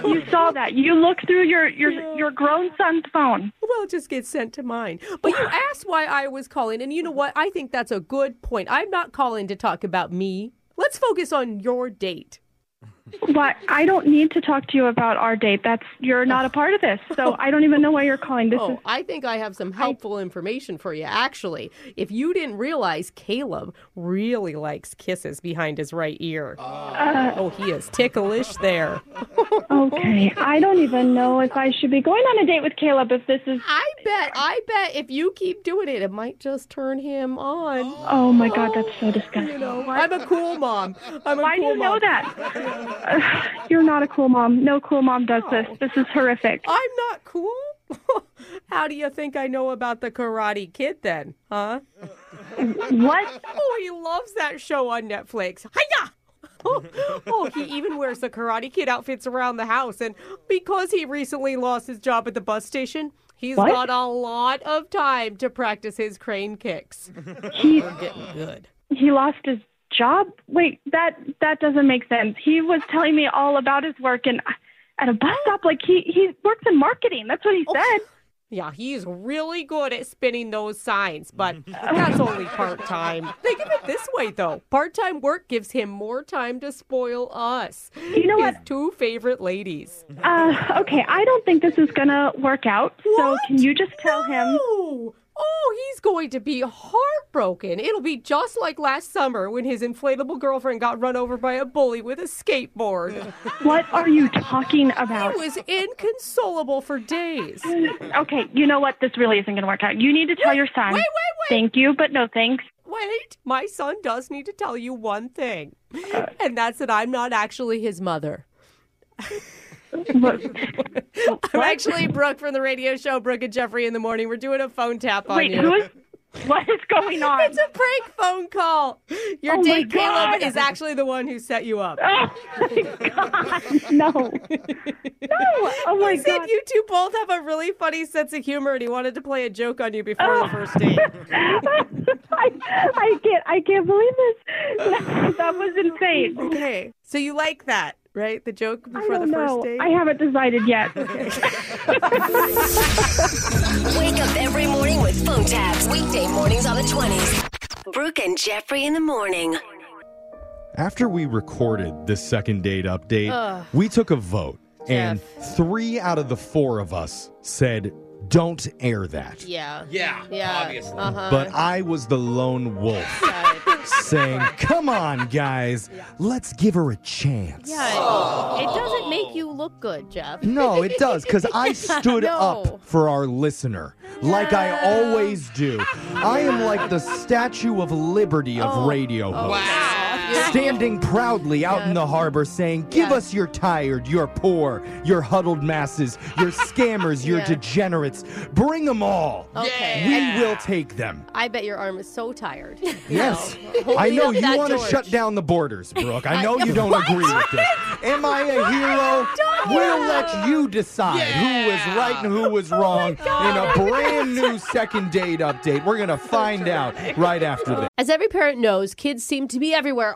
you saw that. You looked through your, your, your grown son's phone.
Well, it just gets sent to mine. But you asked why I was calling, and you know what? I think that's a good point. I'm not calling to talk about me. Let's focus on your date.
Why? I don't need to talk to you about our date. That's you're not a part of this, so I don't even know why you're calling. This
Oh,
is
I think I have some helpful information for you, actually. If you didn't realize, Caleb really likes kisses behind his right ear. oh, he is ticklish there.
okay. I don't even know if I should be going on a date with Caleb if this is.
I bet, I bet if you keep doing it, it might just turn him on.
Oh my God, that's so disgusting.
You know, I'm a cool mom. I'm a
Why do
cool
you know
mom. <laughs>
that? You're not a cool mom. No cool mom does this. This is horrific.
I'm not cool? <laughs> How do you think I know about the Karate Kid then? Huh?
<laughs> What?
Oh, he loves that show on Netflix. Hiya! <laughs> Oh, oh, he even wears the Karate Kid outfits around the house. And because he recently lost his job at the bus station, he's
What?
got a lot of time to practice his crane kicks.
He
We're getting good.
he lost his job. Wait, that that doesn't make sense. He was telling me all about his work and at a bus stop. Like he he works in marketing. That's what he said.
Oh. Yeah, he's really good at spinning those signs, but that's only part time. Think of it this way, though part time work gives him more time to spoil us.
You know
his two favorite ladies.
Uh, okay, I don't think this is gonna work out. So can you just tell him?
Oh, oh, he's going to be heartbroken. It'll be just like last summer when his inflatable girlfriend got run over by a bully with
<laughs>
a skateboard.
What are you talking about?
He was inconsolable for days.
Okay, you know what? This really isn't gonna work out. You need to tell your son.
wait, wait, wait.
Thank you, but no thanks.
Wait, my son does need to tell you one thing, and that's that I'm not actually
<laughs>
his mother. I'm actually Brooke from the radio show Brooke and Jeffrey in the morning. We're doing a phone tap on
Wait,
you.
who is? What is going on?
It's a prank phone call. Your
Oh my
date
God. Oh
Caleb is actually the one who set you up.
no. No. Oh my
he said
God.
you two both have a really funny sense of humor, and he wanted to play a joke on you before
Oh.
the first date.
<laughs> I, I can't. I can't believe this. That, <laughs> that was insane.
Okay, so you like that, right? The joke
I
before the
don't
first
know.
date.
I haven't decided yet.
<laughs> Wake up every morning with phone taps. Weekday mornings on the 20s. Brooke and Jeffrey in the morning.
After we recorded this second date update,
Ugh.
we took a vote, and three out of the four of us said, don't air that.
Yeah.
Yeah.
Yeah. Obviously. Uh-huh.
But I was the lone wolf saying, come on, guys, let's give her a chance.
yeah. It doesn't make you look good, Jeff.
No,
<laughs>
it does, because I stood
No.
up for our listener, like I always do. I am like the Statue of Liberty
Oh.
of radio hosts. Standing proudly out in the harbor saying, Give us your tired, your poor, your huddled masses,
<laughs>
your scammers, your
Yeah.
degenerates. Bring them all.
Okay.
We will take them.
I bet your arm is so tired.
Yes.
Holding
I know
up
you
that
want to
George.
shut down the borders, Brooke. I
I-
know you don't
What?
agree with this. Am I a hero? We'll let you decide who was right and who was wrong in a brand new second date update. We're going to find out right after this.
As every parent knows, kids seem to be everywhere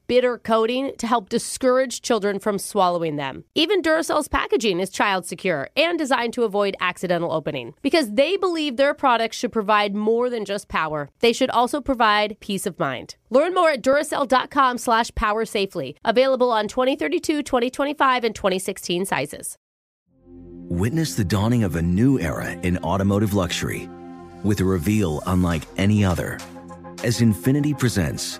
bitter coating to help discourage children from swallowing them. Even Duracell's packaging is child secure and designed to avoid accidental opening because they believe their products should provide more than just power. They should also provide peace of mind. Learn more at Duracell.com slash power safely. Available on 2032, 2025, and 2016 sizes.
Witness the dawning of a new era in automotive luxury with a reveal unlike any other as Infinity presents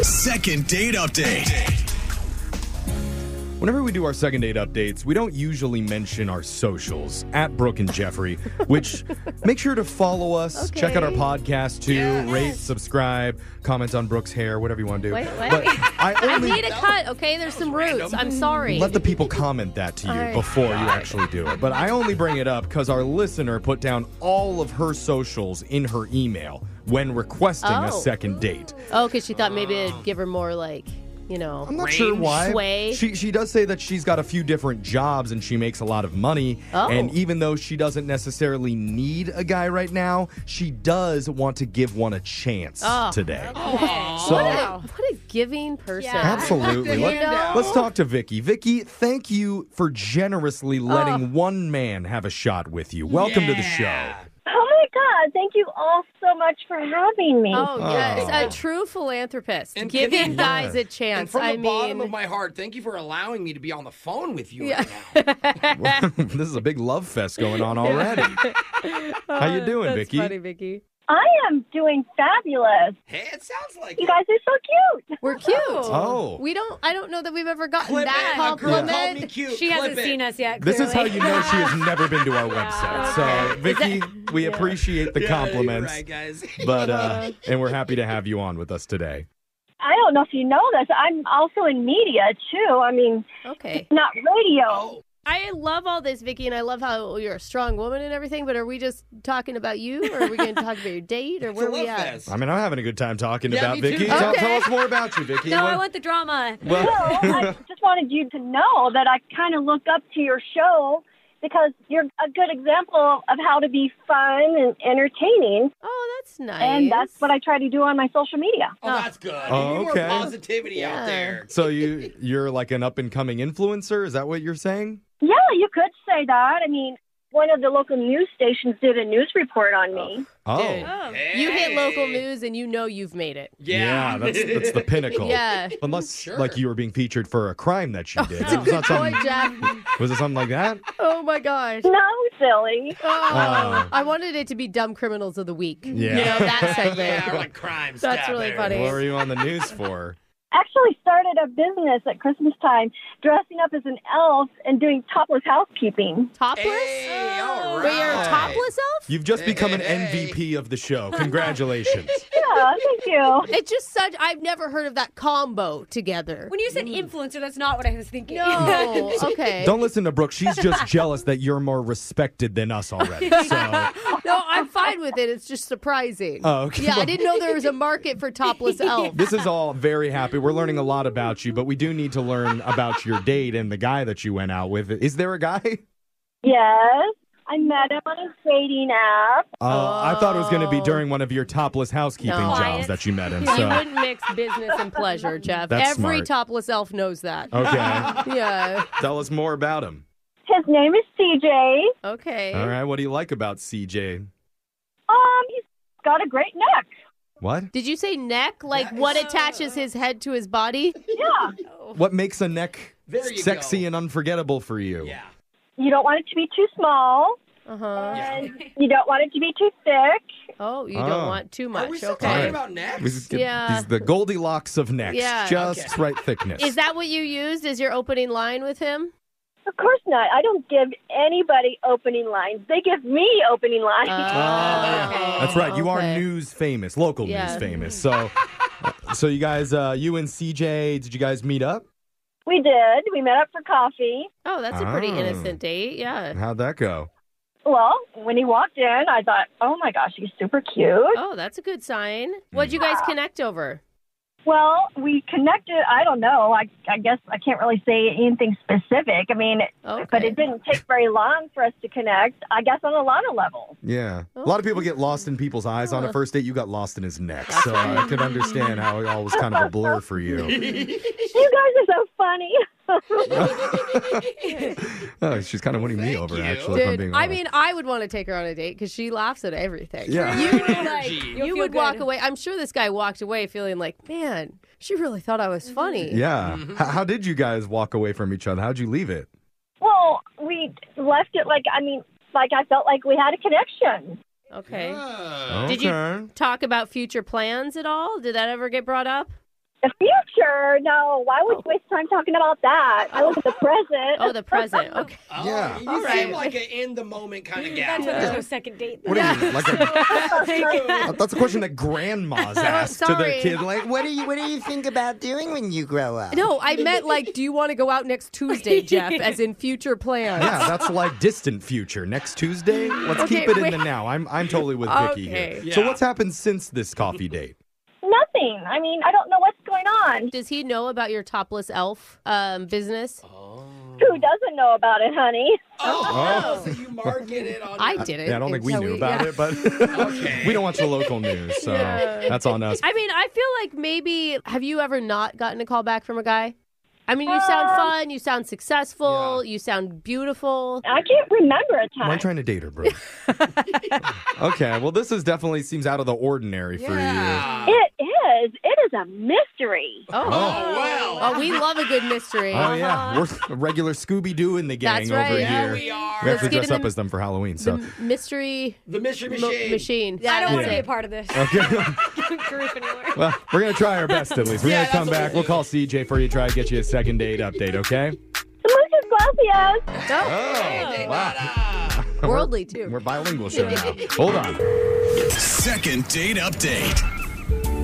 Second date update.
Whenever we do our second date updates, we don't usually mention our socials at Brooke and Jeffrey, which make sure to follow us, check out our
Okay.
podcast too, rate, subscribe, comment on Brooke's hair, whatever you want to do.
Wait, wait.
But
<laughs>
I only
need a cut, okay? There's some roots. I'm sorry.
Let the people comment that to you
Alright.
before you actually do it. But I only bring it up because our listener put down all of her socials in her email when requesting
Oh.
a second date.
Oh, because she thought maybe it'd give her more like you know,
I'm not sure why.
sway.
She she does say that she's got a few different jobs and she makes a lot of money.
Oh.
And even though she doesn't necessarily need a guy right now, she does want to give one a chance
Oh.
<laughs> today.
Oh.
So-
what, a, what a giving person. <laughs>
Absolutely.
You
Let,
know?
us talk to Vicky. Vicky, thank you for generously
Oh.
letting one man have a shot with you. Welcome to the show.
Oh my God! Thank you all so much for having me.
Oh, yes.
<laughs> Oh.
A true philanthropist.
And
giving
can-
guys a
And
chance.
And from
I
the
mean,
bottom of my heart, thank you for allowing me to be on the phone with you.
Yeah.
this is a big love fest going
<laughs>
on already. How you doing,
Oh, That's
Vicky?
funny, Vicky.
I am doing fabulous.
Hey, it sounds like
you guys are so cute.
We're cute.
Oh.
We don't. I don't know that we've ever gotten
Clip
that
it. A girl
compliment.
called me cute. She hasn't Clip it. seen us yet,
This is how you
<laughs>
know she has never been to our website. So, Vicky, we appreciate the compliments.
<laughs>
guys.
But uh,
Uh-huh.
and we're happy to have you on with us today.
I don't know if you know this. I'm also in media too. I mean,
okay,
not
Oh,
radio.
I love all this, Vicky, and I love how you're a strong woman and everything. But are we just talking about you, or are we going to talk about your date, or where are we at?
I mean, I'm having a good time talking
Yeah,
about
me too.
Vicky. Tell,
Okay.
tell us more about you, Vicky.
No,
What-
I want the drama.
Well-
Well, I just wanted you to know that I kind of look up to your show because you're a good example of how to be fun and entertaining.
Oh, that's nice.
And that's what I try to do on my social media.
Oh, that's good.
Oh,
Need more
okay.
positivity out there.
so you you're like an up and coming influencer? Is that what you're saying?
Yeah, you could say that. I mean, one of the local news stations did a news report on me.
Oh,
Dude, you hit local news, and you know you've made it.
yeah, that's that's <laughs>
<laughs>
the pinnacle.
Yeah.
Unless
Sure. Oh,
like you were being featured for a crime that you did. was, that
Boy,
something,
Jeff.
was it something like that?
Oh my gosh.
No, silly.
Oh,
Oh.
I wanted it to be dumb criminals of the week.
Yeah.
You
<laughs>
know, that segment.
Yeah, or like crime
That's
stab
really
there.
funny.
What were you on the news for?
Actually, started a business at Christmas time, dressing up as an elf and doing topless housekeeping.
Topless? Wait, you're a topless elf?
You've just become an MVP of the show. Congratulations.
<laughs> Yeah, thank you.
It's just such, I've never heard of that combo together.
When you said influencer, that's not what I was thinking. <laughs>
No, okay.
Don't listen to Brooke. She's
<laughs>
just jealous that you're more respected than us already. <laughs> So
no, I'm fine with it. It's just surprising.
Oh, okay.
Yeah, I didn't know there was a market
<laughs>
for topless elf.
this is all very happy. We're learning a lot about you, but we do need to learn about your date and the guy that you went out with. Is there a guy?
Yes, I met him on a dating app.
Oh, I thought it was going to be during one of your topless housekeeping
Oh. No.
jobs that you met him.
You
So.
wouldn't mix business and pleasure, Jeff.
That's
Every
smart.
topless elf knows that.
Okay.
<laughs> yeah.
Tell us more about him.
His name is CJ.
Okay.
All right. What do you like about CJ?
Um, he's got a great neck.
What?
Did you say neck? Like what
uh,
attaches his head to his body?
Yeah.
Oh.
What makes a neck
There you
sexy and unforgettable for you? Yeah.
You don't want it to be too small.
Uh-huh. <laughs>
And you don't want it to be too thick.
Oh, you
Oh.
don't want too much. okay.
yeah.
Yeah.
He's the Goldilocks of necks.
Yeah.
Just
Okay.
right thickness.
Is that what you used as your opening line with him?
Of course not. I don't give anybody opening lines. They give me opening lines.
Oh,
Oh, That's right. You are news famous, local
Yeah.
news famous. So, so you guys, uh, you and CJ, did you guys meet up?
We did. We met up for coffee.
Oh, that's
a pretty Oh. innocent
date. Yeah.
How'd that go?
Well, when he walked in, I thought, oh my gosh, he's super cute.
Oh, that's a good sign.
Mm.
What'd you guys connect over?
Well, we connected. I don't know. I, I guess I can't really say anything specific. I mean, but it didn't take very long for us to connect, I guess, on a lot
<laughs>
of levels.
Yeah. A lot of people get lost in people's eyes
Oh.
on a first date. You got lost in his neck. So I could understand how it all was kind of a blur for
<laughs>
you.
you guys are so funny.
<laughs>
Oh, she's kind of winning me over, actually, if I'm being
I
honest.
mean, I would want to take her on a date because she laughs at everything.
Yeah.
You
<laughs>
would, like,
You'll
you
feel
would walk
good.
away. I'm sure this guy walked away feeling like, man, she really thought I was funny.
yeah. H-
Mm-hmm.
Mm-hmm.
how did you guys walk away from each other? How'd you leave it?
Well, we left it like, I mean, like I felt like we had a connection.
Okay.
Okay.
Did you talk about future plans at all? Did that ever get brought up?
The future? No. Why would you waste time talking about that? I look at the present.
Oh, the
<laughs>
present. Okay.
Oh,
Yeah.
You
All
seem
right. Mm,
like an in the moment kind of gal.
That's what there's no second date.
What do you mean?
<laughs>
Like a, that's a question that grandmas ask to their
sorry.
kid. Like,
what do you what do you think about doing when you grow up?
No, I meant like, do you want to go out next Tuesday, Jeff? As in future plans.
Yeah, that's like distant future. Next Tuesday, let's
Okay,
keep it in
wait.
the now. I'm I'm totally with Vicky
Okay.
here.
Yeah.
So what's happened since this coffee date?
Nothing. I mean, I don't know what's going
on? Does he know about your topless elf um, business?
Who doesn't know about it, honey? <laughs>
Oh.
you marketed on. I did it.
Yeah, I don't think we
until
knew about
yeah.
it,
<laughs>
but <laughs> we don't watch the local news, so
Yeah.
that's on us.
I mean, I feel like maybe have you ever not gotten a call back from a guy? I mean, you sound
Uh,
fun, you sound successful, you sound beautiful.
I can't remember a
Why trying to date her,
<laughs>
bro? okay, well, this is definitely seems out of the ordinary for you.
It is. It is a mystery.
Oh, wow. Oh, we love a good mystery.
Oh yeah, we're <laughs> a regular Scooby Doo in the gang
Uh-huh. That's
over here.
right. Yeah, we are.
We have
Let's
to
get
dress
in
up
the-
as them for Halloween. So
Mystery. The mystery
machine.
machine.
I don't want to
Yeah.
be a part of this.
<laughs>
<laughs>
okay, <laughs>
Group anymore.
well, we're gonna try our best at least. We're
Yeah,
gonna come
that's what
back. We'll call CJ for you. Try to get you a second date update. Okay.
Muchas gracias.
Oh, wow.
Oh, Worldly too.
<laughs> We're bilingual show now. Hold on.
Second date update.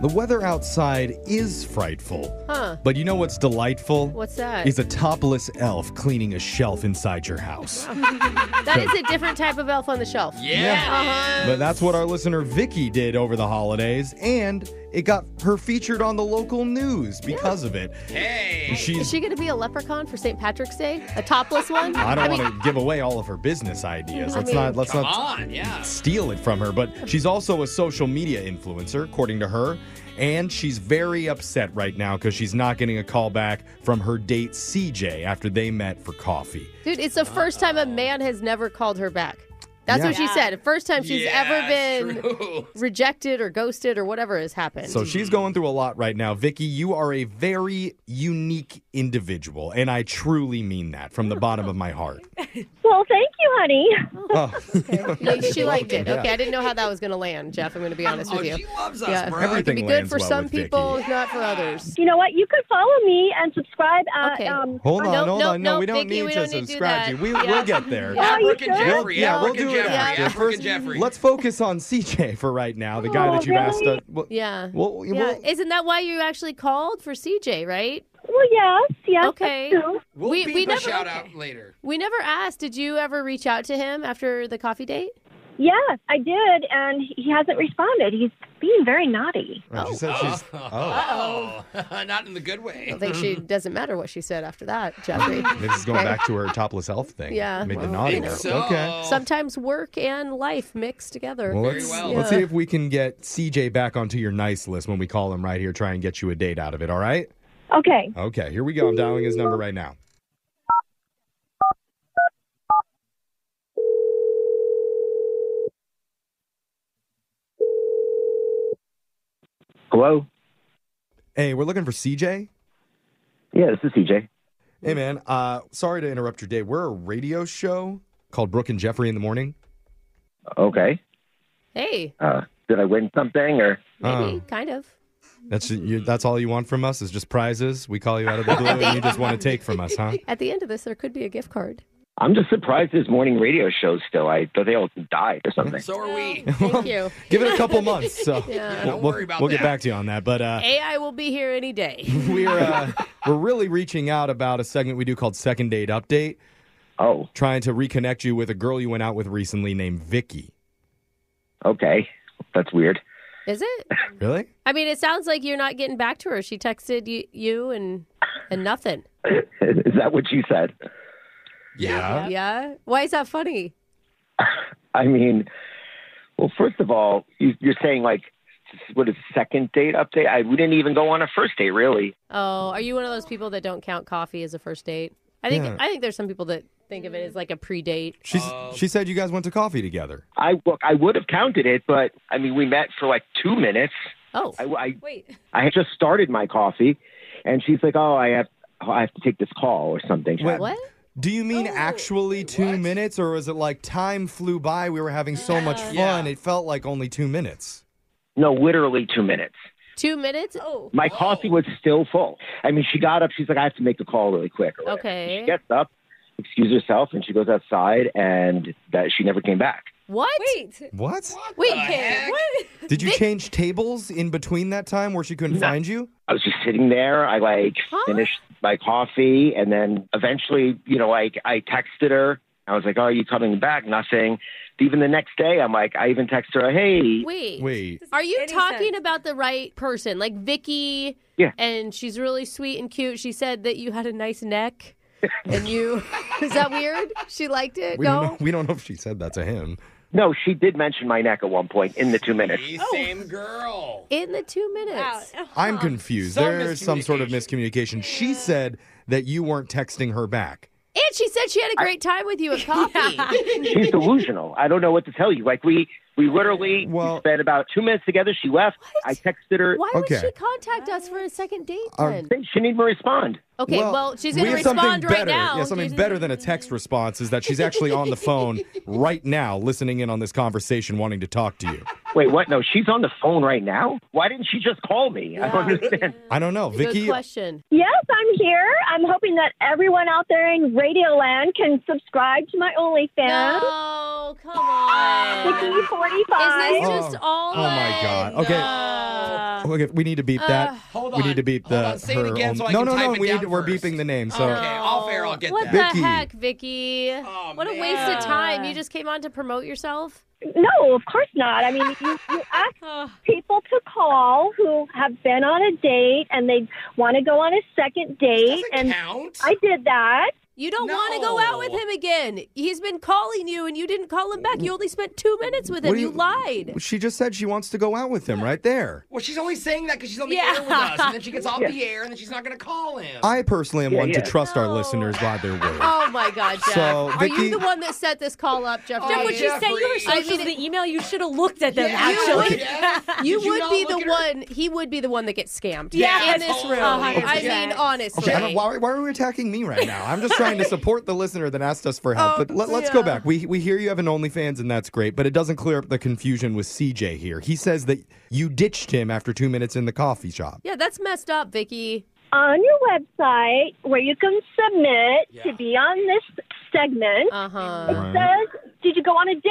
The weather outside is frightful.
Huh.
But you know what's delightful?
What's that?
Is a topless elf cleaning a shelf inside your house.
<laughs> that is a different type of elf on the shelf. Yeah.
But that's what our listener Vicky did over the holidays, and it got her featured on the local news because of it. Hey!
Is
She's.
she going to be a leprechaun for St. Patrick's Day? A topless one?
I don't
mean,
want to give away all of her business ideas.
I
Let's
mean-
not let's
Come
not
on, yeah.
steal it from her. But she's also a social media influencer, according to her, and she's very upset right now because she's not getting a call back from her date CJ after they met for coffee.
Dude, it's the first time a man has never called her back. That's
Yeah.
what she
Yeah.
said. First time she's
Yeah,
ever been rejected or ghosted or whatever has happened.
So she's going through a lot right now. Vicky, you are a very unique individual, and I truly mean that from the bottom of my
<laughs>
heart.
Well, thank you, honey.
Oh.
Yeah, she liked it.
Yeah.
Okay, I didn't know how that was going to land, Jeff. I'm going to be honest with you. She loves us,
bro.
It can be
Everything
good
lands
for
well
some
with Vicky.
people, it's not for others.
You know what? You could follow me and subscribe. At,
Okay.
um,
Hold
uh,
on, hold on. No, we don't need to subscribe
Uh,
to you. We, We'll get there.
Yeah. Oh, you African should?
We'll-
Jeffrey,
yeah, we'll
African
do it
Jeffrey,
after.
African
First,
Jeffrey.
Let's focus on CJ for right now, the guy
Oh,
that you asked.
really?
us- well,
Yeah.
Well,
yeah.
well-
Isn't that why you actually called for CJ, right?
Well, yes, yes.
Okay.
We'll
we
beep
we
a
never
shout out later.
we never asked. Did you ever reach out to him after the coffee date?
Yes, I did, and he hasn't responded. He's being very naughty.
She said she's. Oh.
Oh, <laughs> not in the good way.
I don't
<laughs>
think she doesn't matter what she said after that, Jeffrey.
This is going
<laughs> Okay.
back to her topless elf thing.
Yeah.
Made the
Well,
naughty
you know.
word. Okay.
Sometimes work and life mix together.
Well, let's, let's see if we can get CJ back onto your nice list when we call him right here. Try and get you a date out of it. All right.
Okay.
Okay. Here we go. I'm dialing his number right now.
Hello.
Hey, we're looking for CJ.
Yeah, this is CJ.
Hey, man. Uh, sorry to interrupt your day. We're a radio show called Brooke and Jeffrey in the morning.
Okay.
Hey,
Uh, did I win something or?
maybe, kind of.
Um, That's you, that's all you want from us is just prizes. We call you out of the
<laughs>
blue, and you just want to take from us, huh?
At the end of this, there could be a gift card.
I'm just surprised this morning radio shows still. I thought they all died or something.
So are we.
<laughs> Thank you.
Give it a couple months, so
<laughs> Yeah.
we'll,
Don't
we'll-
worry about
we'll get
that.
back to you on that. But uh,
AI will be here
<laughs>
any day.
we're uh, we're really reaching out about a segment we do called Second Date Update.
Oh,
trying to reconnect you with a girl you went out with recently named Vicky.
Okay, that's weird.
Is it?
Really?
I mean, it sounds like you're not getting back to her. She texted you, you and and nothing.
Is that what you said?
Yeah.
Yeah. Why is that funny?
I mean, well, first of all, you, you're saying like, what is second date update? I, we didn't even go on a first date, really.
Oh, are you one of those people that don't count coffee as a first date? I think
Yeah.
I think there's some people that think of it as like a pre-date.
She's, she said you guys went to coffee together.
I, well, I would have counted it, but I mean, we met for like two minutes.
Oh,
I, I,
wait.
I had just started my coffee, and she's like, "Oh, I have, oh, I have to take this call or something."
What? Do you mean actually two minutes, or was it like time flew by? We were having so much fun, it felt like only two minutes.
No, literally two minutes.
Two minutes? Oh.
My coffee was still full. I mean, she got up. She's like, "I have to make the call really quick." Or whatever.
Okay.
She gets up, excuse herself, and she goes outside, and that she never came back.
What?
Wait.
What?
Wait,
what?
Did you change tables in between that time where she couldn't find you?
I was just sitting there. I like finished my coffee, "Oh, and then eventually, you know, like I texted her. I was like, "Are you coming back?" Nothing. even the next day, I'm like, I even text her, hey,
Wait. Are you talking about the right person? Like Vicky
Yeah.
and she's really sweet and cute. She said that you had a nice neck and you <laughs> Is that weird? She liked it?
We,
no.
don't know, we don't know if she said that to him.
No, she did mention my neck at one point in the two minutes.
Same girl. In the 2 minutes.
<laughs> I'm confused.
Some
there is some sort of miscommunication. She said that you weren't texting her back.
And she said she had a great time with you at coffee.
She's delusional. I don't know what to tell you. Like we we literally spent about two minutes together. She left. I texted her.
Why would she contact us for a second date then?
she didn't even respond.
Okay, well, she's
Um, we
going to
have something
respond right
better.
now.
Yeah, something better than a text response is that she's actually on the
<laughs>
phone right now, listening in on this conversation, wanting to talk to you.
Wait, what? No, she's on the phone right now. Why didn't she just call me? I don't understand.
I don't know, Oh, Vicky.
question.
Yes, I'm here. I'm hoping that everyone out there in Radioland can subscribe to my OnlyFans.
No, come on.
Vicky 45.
Is this just all
Oh my god. Okay. Okay, we need to beep that.
Uh, Hold
We need to beep the
Say it
her.
again
own-
so I
no,
can
no,
type
no.
it
we
down
need to, we're beeping the name. So
off
air, I'll get
what
that.
the
Vicky.
heck, Vicky? what a waste of time. You just came on to promote yourself?
No, of course not. I mean, you,
<sighs>
you ask people to call who have been on a date and they want to go on a second date. and I did that.
You don't want to go out with him again. He's been calling you and you didn't call him back. You only spent two minutes with
What
him.
do
You,
you-
lied.
she just said she wants to go out with him right there.
Well, she's only saying that because she's on the
Yeah.
air with us, and then she gets off
Yeah.
the air, and then she's not going to call him.
I personally am
Yeah,
one
yeah.
to trust our listeners by their word.
Oh my God, Jeff.
So,
Are
Vicky-
you the one that set this call up, Jeff?
Jeff, when she sent you her
I
socials,
mean,
the email, you should have looked at them,
Yeah, you
<laughs> actually.
would- You
Did you
would
not
be
look
the
at her-
one. He would be the one that gets scammed.
Yes.
in this room.
Oh,
I mean,
100%.
honestly.
Okay, I don't, why, why are we attacking me right now? I'm just <laughs> trying to support the listener that asked us for help. but let, us go back. We we hear you have an OnlyFans, and that's great, but it doesn't clear up the confusion with CJ here. He says that you ditched him after two minutes in the coffee shop.
Yeah, that's messed up, Vicky.
On your website where you can submit to be on this segment, it
Right.
says, Did you go on a date?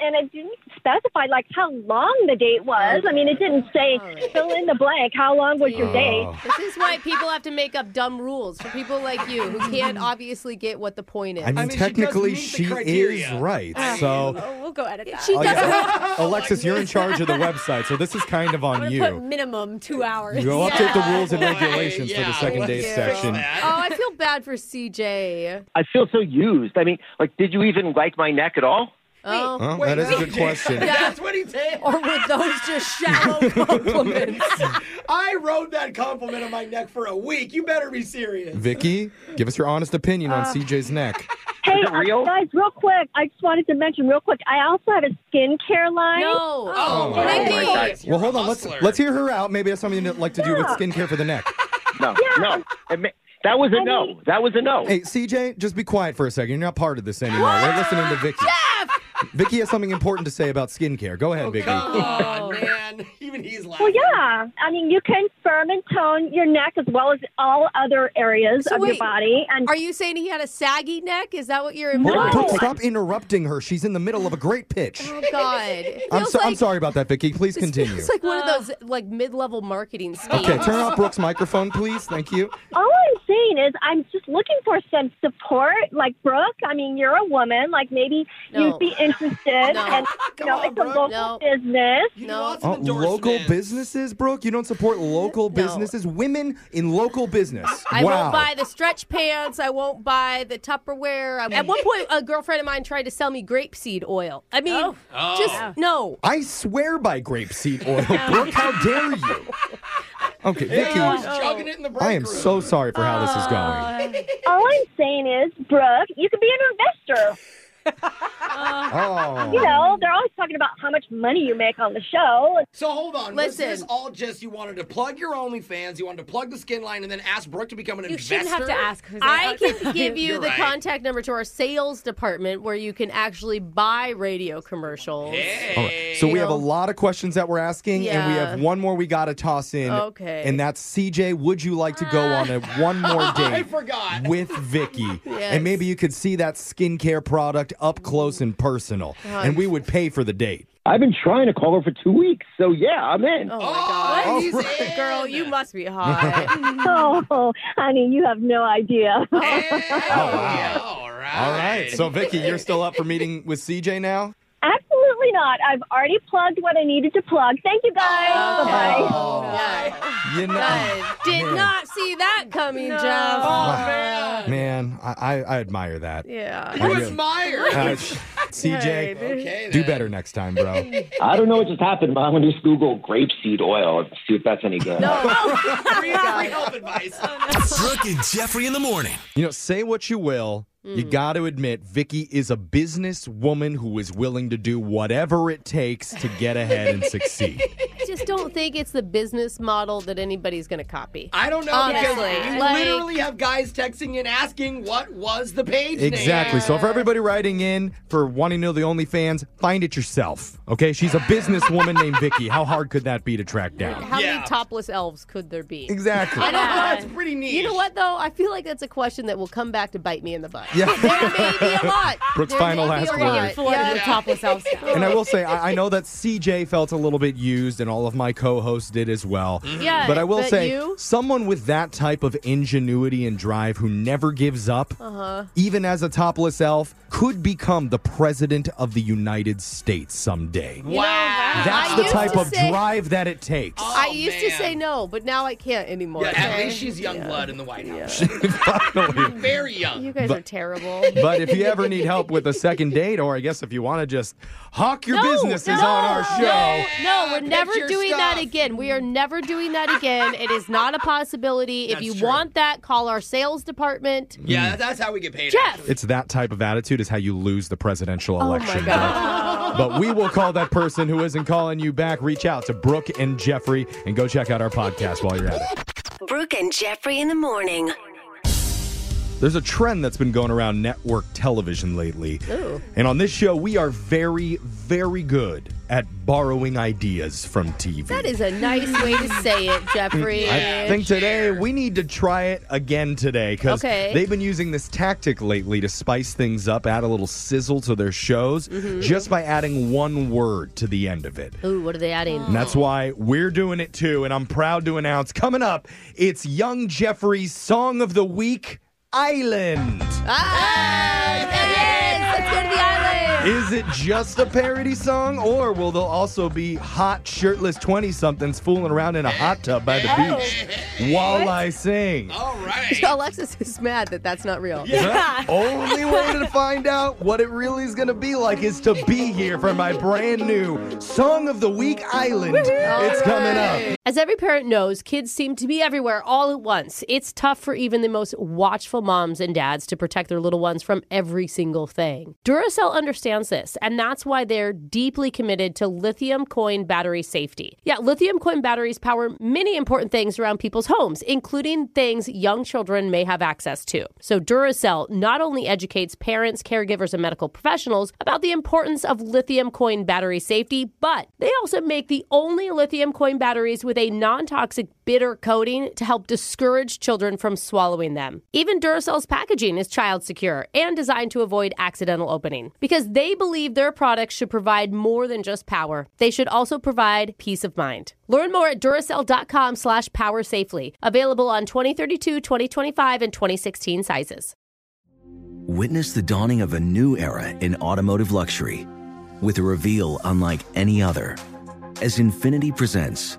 And it didn't specify like how long the date was. I mean, it didn't say fill in the blank. How long was your date?
Oh.
This is why people have to make up dumb rules for people like you who can't obviously get what the point is.
I mean, technically, she, is right. So,
we'll go edit that.
She
Oh,
doesn't
yeah. <laughs> Alexis, you're in charge of the website, so this is kind of on
put
you.
minimum two hours.
You'll update the rules and regulations for the second date section.
Oh, I feel bad for
Oh,
CJ.
I feel so used. I mean, like, did you even like my neck at all?
Oh,
Well, that is a good question.
That's what he did.
Or were those
<laughs>
just shallow compliments?
I rode that compliment on my neck for a week. You better be serious.
Vicky, give us your honest opinion on
Uh,
CJ's neck.
Hey, uh, guys, real quick, I just wanted to mention real quick, I also have a skincare line.
No.
Oh,
Vicky.
Well, hold on. Let's let's hear her out. Maybe that's something you'd like to do with
Yeah.
skincare for the neck.
No, no. Admit- That was a no. That was a no.
Hey, CJ, just be quiet for a second. You're not part of this anymore. We're listening to Vicky. Vicky has something important to say about skincare. Go ahead, Vicky.
Oh, man. Even he's laughing.
Well, yeah. I mean, you can firm and tone your neck as well as all other areas
So
of your
wait,
body. And
Are you saying he had a saggy neck? Is that what you're
Hold on,
implying?
Brooke, stop interrupting her. She's in the middle of a great pitch.
Oh God! It
I'm
feels
so, I'm
like-
sorry about that, Vicky. Please continue.
It's like one of those like mid-level marketing schemes.
Okay, turn off Brooke's microphone, please. Thank you.
all I'm saying is, I'm just looking for some support. Like, Brooke, I mean, you're a woman. Like, maybe you'd be interested.
No.
<laughs>
And, you know, it's a local business. No.
Oh, local businesses, Brooke? You don't support local businesses? Women in local business.
I
wow.
won't buy the stretch pants. I won't buy the Tupperware. I- at one point, a girlfriend of mine tried to sell me grapeseed oil. I mean,
Oh.
just no.
I swear by grapeseed
<laughs>
oil, Brooke. How dare you? Okay, Vicky.
Yeah, I was chugging it in the break
Oh. I am so sorry for how this is going.
all I'm saying is, Brooke, you could be an investor.
Oh.
You know, they're always talking about how much money you make on the show.
So hold on.
Listen.
Was this all just you wanted to plug your OnlyFans, you wanted to plug the skin line, and then ask Brooke to become an
You
investor?
shouldn't have to ask, Jose.
I <laughs> can give you
You're
the
right.
contact number to our sales department where you can actually buy radio commercials.
All right. So we have a lot of questions that we're asking, and we have
Eh, Yeah.
one more we got to toss in.
Okay.
And that's CJ. Would you like to go on
<laughs>
a one more date?
I forgot.
With Vicky,
Yes.
and maybe you could see that skincare product up close and personal,
God.
and we would pay for the date.
I've been trying to call her for two weeks, so yeah, I'm in.
Oh, my God.
He's
Girl, you must
<laughs>
be hot.
<laughs> oh, honey, you have no idea.
All right. So Vicky, you're still up for meeting with CJ now?
Absolutely not. I've already plugged what I needed to plug. Thank you guys. Bye bye.
You know,
Did not see that coming, Jeff.
Wow. man, I, I, I admire that.
Yeah.
I really- Uh,
<laughs>
CJ, do better next time, bro.
I don't know what just happened, Mom. I'm just Google grapeseed oil and see if that's any good.
free, free health advice.
Oh,
Brooke and Jeffrey in the morning.
You know, say what you will, you
Hmm.
got to admit Vicky is a businesswoman who is willing to do whatever it takes to get ahead
<laughs>
and succeed.
I just don't think it's the business model that anybody's going to copy.
I don't know
Honestly.
because you
Like-
literally have guys texting and asking what was the page name.
Exactly. So for everybody writing in for wanting to know the OnlyFans, find it yourself. Okay, she's a businesswoman named Vicky. How hard could that be to track down?
How many topless elves could there be?
Exactly.
I don't know.
<laughs> That's pretty neat.
You know what, though? I feel like that's a question that will come back to bite me in the butt.
Yeah.
<laughs> There may be a lot.
<laughs> Brooke's
There
final
may be
last
a lot.
word.
Yeah.
Yeah.
<laughs>
topless elves.
And I will say, I, I know that CJ felt a little bit used, and all of my co-hosts did as well.
Yeah,
but I will
but
say,
you?
someone with that type of ingenuity and drive, who never gives up,
Uh-huh.
even as a topless elf, could become the president of the United States someday.
You know, wow. Oh,
That's
I
the
used
type
to
of
say-
drive that it takes.
I used to say no, but now I can't anymore.
Oh, Yeah, at
okay?
least she's young blood in the White House.
Finally.
Very young.
You guys
But-
are
<laughs>
terrible. <laughs>
But if you ever need help with a second date, or I guess if you want to just hawk your
No,
businesses
no,
on our show.
No, no, we're never
picture
doing that again. We are never doing that again. It is not a possibility. if you want that, call our sales department.
Yeah, that's how we get paid.
Jeff.
It's that type of attitude is how you lose the presidential election.
Oh God.
Brooke. But we will call that person who isn't calling you back. Reach out to Brooke and Jeffrey and go check out our podcast while you're at it.
Brooke and Jeffrey in the morning.
There's a trend that's been going around network television lately.
Ooh.
And on this show, we are very, very good at borrowing ideas from TV.
That is a nice way to
<laughs>
say it, Jeffrey.
I think today we need to try it again today because
Okay.
they've been using this tactic lately to spice things up, add a little sizzle to their shows
Mhm.
just by adding one word to the end of it.
Ooh, what are they adding?
And that's why we're doing it too. And I'm proud to announce coming up, it's Young Jeffrey's Song of the Week Island.
Let's go to the island.
Is it just a parody song, or will there also be hot, shirtless 20 somethings fooling around in a hot tub by the
Oh.
beach while I sing?
<laughs> Alexis is mad that that's not real.
The Only way to find out what it really is going to be like is to be here for my brand new Song of the Week Island. It's coming up.
As every parent knows, kids seem to be everywhere all at once. It's tough for even the most watchful moms and dads to protect their little ones from every single thing. Duracell understands this, and that's why they're deeply committed to lithium coin battery safety. Yeah, lithium coin batteries power many important things around people's homes, including things young children may have access to. So Duracell not only educates parents, caregivers, and medical professionals about the importance of lithium coin battery safety, but they also make the only lithium coin batteries with a non toxic bitter coating to help discourage children from swallowing them. Even Duracell's packaging is child secure and designed to avoid accidental opening because they believe their products should provide more than just power. They should also provide peace of mind. Learn more at Duracell.com slash power safely. Available on 2032, 2025, and 2016 sizes.
Witness the dawning of a new era in automotive luxury with a reveal unlike any other as Infinity presents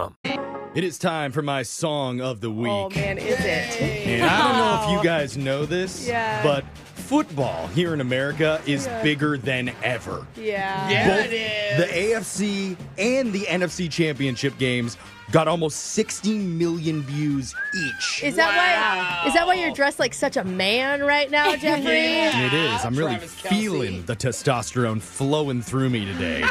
It is time for my song of the week.
Oh man, is it?
And I don't know if you guys know this,
Yeah.
but football here in America is
Yeah.
bigger than ever.
Yeah.
Both the AFC and the NFC championship games got almost 60 million views each.
Is that why? Is that why you're dressed like such a man right
<laughs>
now, Jeffrey?
It is. I'm really feeling the testosterone flowing through me today.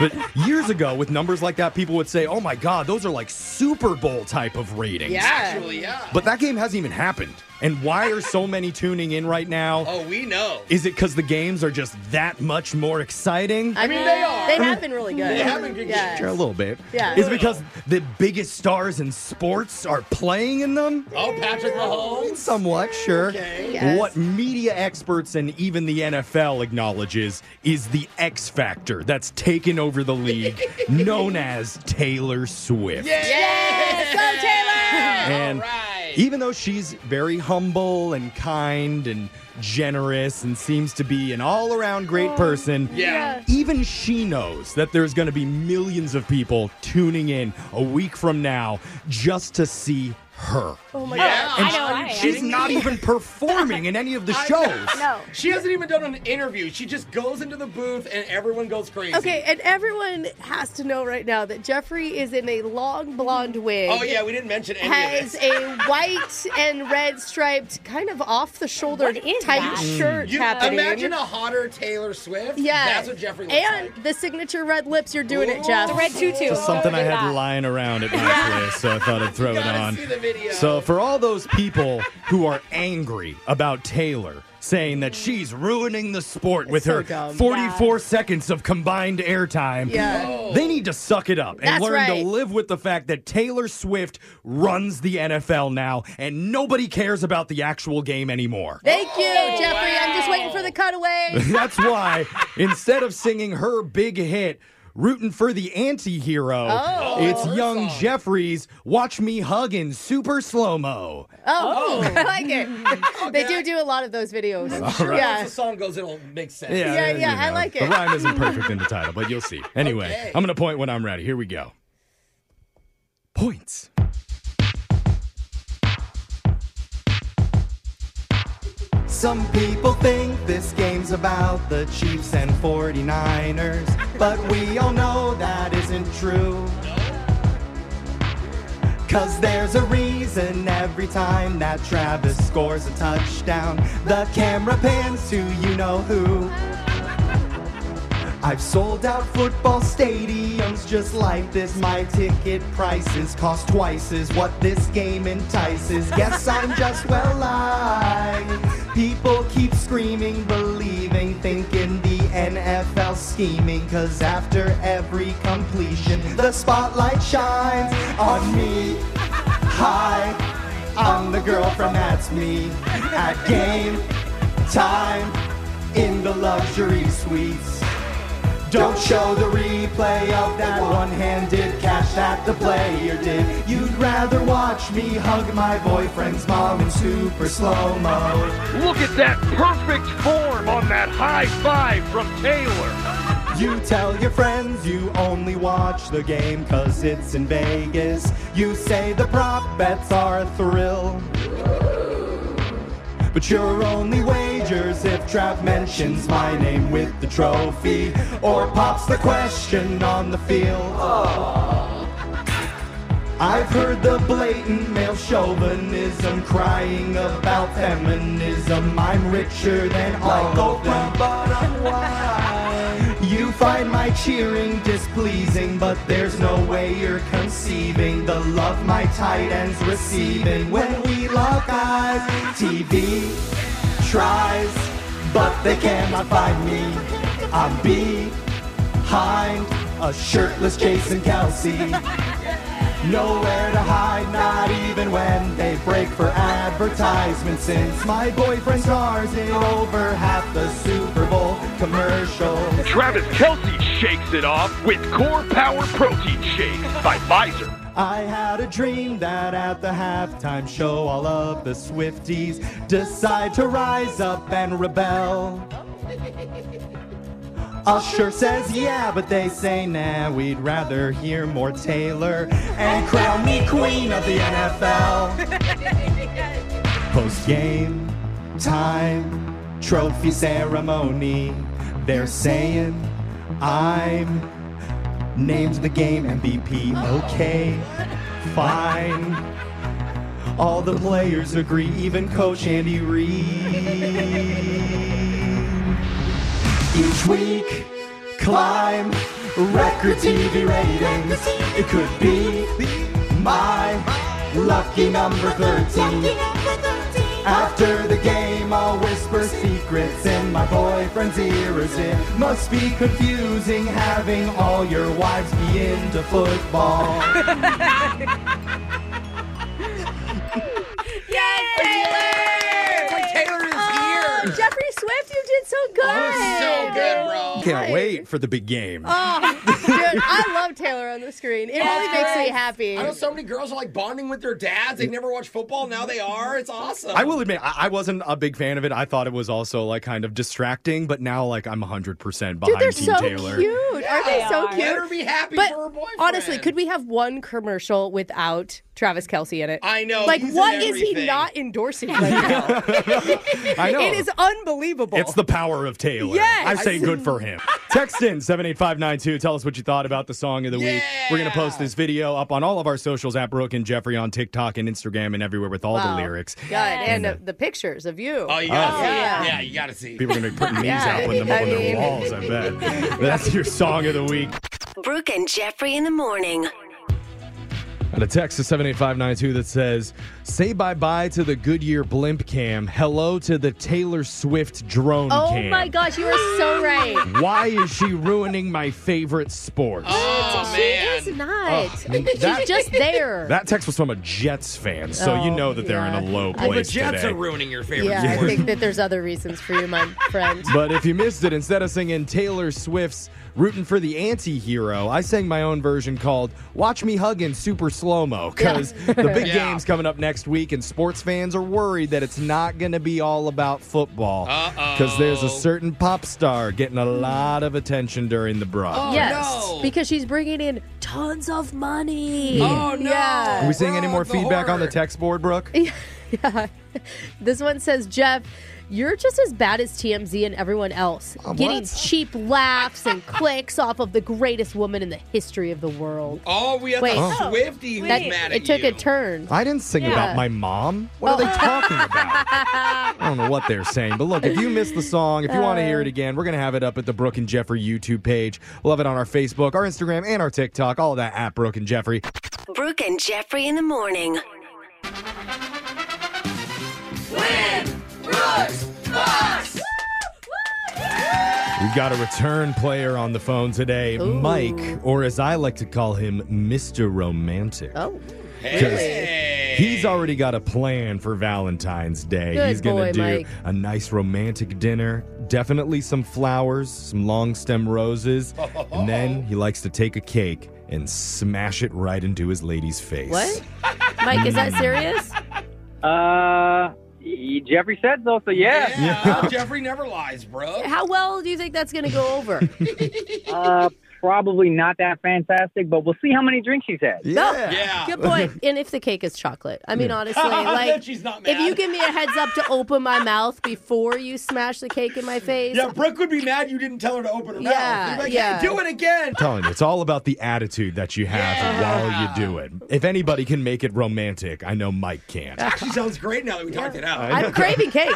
but years ago, with numbers like that, people would say, oh my God, those are like Super Bowl type of ratings.
Yeah. Actually, yeah.
But that game hasn't even happened. And why are so many tuning in right now?
Oh, we know.
Is it because the games are just that much more exciting?
I mean, they are.
They
I mean,
have been really good.
they have been good
Yeah.
Sure, a little bit.
Yeah.
Is because the biggest stars in sports are playing in them?
Oh, Patrick Mahomes.
Somewhat, sure.
Okay. Yes.
What media experts and even the NFL acknowledges is the X factor that's taken over the
<laughs>
league, known as Taylor Swift.
Yes, go Taylor!
And even though she's very humble and kind and generous and seems to be an all around great person,
Oh, yeah.
even she knows that there's going to be millions of people tuning in a week from now just to see her.
Oh my
Yeah.
And
I know,
she-
right?
she's not even performing in any of the
<laughs> I
shows.
know. She hasn't even done an interview. She just goes into the booth and everyone goes crazy.
Okay, and everyone has to know right now that Jeffrey is in a long blonde wig.
Oh yeah, we didn't mention any
Has
of this.
a white and red striped, kind of off the shoulder type shirt
You-
happening.
Imagine a hotter Taylor Swift.
yeah,
That's what Jeffrey looks
and the signature red lips. You're doing it, Jeff.
The red tutu.
Oh,
Just something I had lying around at my place, so I thought I'd throw it on. So for all those people who are angry about Taylor saying that she's ruining the sport with
so
her
dumb.
44 seconds of combined airtime,
Yeah. No.
they need to suck it up and
That's
learn
right.
to live with the fact that Taylor Swift runs the NFL now and nobody cares about the actual game anymore.
Thank you, Jeffrey. I'm just waiting for the cutaway.
<laughs>
<laughs>
That's why instead of singing her big hit, Rooting for the anti hero,
Oh.
it's young Jeffries. Watch me hugging super slow mo.
Oh, <laughs> I like it. they do do a lot of those videos.
like. I'm sure
Yeah.
once the song goes, it'll make sense.
Yeah, yeah, I like
The
it.
rhyme isn't perfect in the title, but you'll
<laughs>
see. Anyway,
Okay.
I'm going to point when I'm ready. Here we go. Points.
Some people think this game's about the Chiefs and 49ers, but we all know that isn't true. Cause there's a reason every time that Travis scores a touchdown, the camera pans to you know who. I've sold out football stadiums just like this. My ticket prices cost twice as what this game entices. Guess I'm just well liked. People keep screaming, believing, thinking the NFL scheming. Cause after every completion, the spotlight shines on me. Hi, I'm the girl from That's Me. At game time in the luxury suites. Don't show the replay of that one-handed catch that the player did. You'd rather watch me hug my boyfriend's mom in super slow mo.
Look at that perfect form on that high five from Taylor.
You tell your friends you only watch the game 'cause it's in Vegas. You say the prop bets are a thrill. But your only wagers if Trav mentions my name with the trophy or pops the question on the field. I've heard the blatant male chauvinism crying about feminism. I'm richer than all of them. <laughs> You find my cheering displeasing, but there's no way you're conceiving the love my tight ends receiving. When we lock eyes, TV tries, but they cannot find me. I'm behind a shirtless Jason Kelsey. Nowhere to hide, not even when they break for advertisement. Since my boyfriend stars in over half the Super Bowl commercials.
Travis Kelsey shakes it off with Core Power Protein Shake by Pfizer.
I had a dream that at the halftime show, all of the Swifties decide to rise up and rebel. Usher says, yeah, but they say, nah, we'd rather hear more Taylor and crown me queen of the NFL. Post game time, trophy ceremony, they're saying, I'm named the game MVP. Okay, fine. All the players agree, even Coach Andy Reid. Each week, climb record TV ratings. It could be my lucky number 13. After the game, I'll whisper secrets in my boyfriend's ears. It must be confusing having all your wives be into football.
Yes,
Taylor! Taylor is
Oh,
Oh,
here. Jeffrey Swift, you did so good.
so good, bro.
Can't wait for the big game.
Oh, dude, I love Taylor on the screen. It really makes me happy.
I know so many girls are like bonding with their dads. They never watched football. Now they are. It's awesome.
I will admit, I, I wasn't a big fan of it. I thought it was also like kind of distracting, but now like I'm 100% behind
Dude, they're
Team
so
Taylor.
cute. Aren't they
They
so
are.
cute?
Let her be happy
but
for her boyfriend.
Honestly, could we have one commercial without Travis Kelsey in it?
I know,
Like,
he's in
what is he
everything.
not endorsing
<laughs>
right now?
I know.
<laughs> It is unbelievable.
It's the power of Taylor.
Yes.
I say good for him. Text in 78592. Tell us what you thought about the song of the week. We're going to post this video up on all of our socials at Brooke and Jeffrey on TikTok and Instagram and everywhere with all
Wow.
the lyrics.
Good. And uh, the pictures of you.
Oh, you gotta
Oh.
see.
Yeah.
Yeah, you gotta see.
People are going to be putting memes
Yeah,
out on, them,
I
on
mean-
their walls, I bet. That's your song of the week.
Brooke and Jeffrey in the morning.
And a text to 78592 that says, Say bye bye to the Goodyear blimp cam. Hello to the Taylor Swift drone
Oh
cam.
my gosh, you
<laughs>
are so right.
Why is she ruining my favorite sport?
Oh,
Oh,
she is not.
Ugh, and Oh, that-
She's just
<laughs>
there.
That text was from a Jets fan, so you know that they're in a low
Well,
place
the Jets
today.
are ruining your favorite
Yeah, I
sport.
think that there's other reasons for you, my friend.
but if you missed it, instead of singing Taylor Swift's "Rooting for the Anti-Hero," I sang my own version called "Watch Me Hugging Super Slow Mo" because the big
<laughs> Yeah.
game's coming up next week, and sports fans are worried that it's not going to be all about football
Uh-oh.
because there's a certain pop star getting a lot of attention during the
Oh,
broadcast.
yes, because she's bringing in tons of money.
Oh,
no!
Are we seeing any more feedback on the text board, Brooke?
Yeah. This one says, Jeff, you're just as bad as TMZ and everyone else, getting
what?
cheap laughs and clicks off of the greatest woman in the history of the world.
Oh, we have
Wait.
the
Oh.
Swifty who's
That-
mad at
it took
you.
a turn.
I didn't sing
Yeah.
about my
oh,
mom. What are they talking about? I don't know what they're saying, but look, if you missed the song, if you want to hear it again, we're going to have it up at the Brooke and Jeffrey YouTube page. We'll have it on our Facebook, our Instagram, and our TikTok, all of that at Brooke and Jeffrey.
Brooke and Jeffrey in the morning.
We've got a return player on the phone today, Mike, or as I like to call him, Mr. Romantic. Oh,
Hey.
He's already got a plan for Valentine's Day.
Good
He's gonna
boy,
do
Mike.
a nice romantic dinner, definitely some flowers, some long stem roses, and then he likes to take a cake and smash it right into his lady's face.
What? Mike, is that serious?
Uh, Jeffrey said so, so yeah.
Yeah, Oh, Jeffrey never lies, bro.
Oh.
How well do you think that's going to go over?
uh, probably not that fantastic, but we'll see how many drinks she's had.
No. Good point. And if the cake is chocolate, I mean,
Yeah. <laughs>
honestly, like,
Then she's not
if you give me a heads up to open my mouth before you smash the cake in my face,
Yeah, Brooke would be mad you didn't tell her to open her
Yeah,
mouth. You'd be Like,
yeah.
Hey, do it again.
I'm telling you, it's all about the attitude that you have while you do it. If anybody can make it romantic, I know Mike can.
Actually, sounds great now that we talked it out.
I know. I'm craving
cake.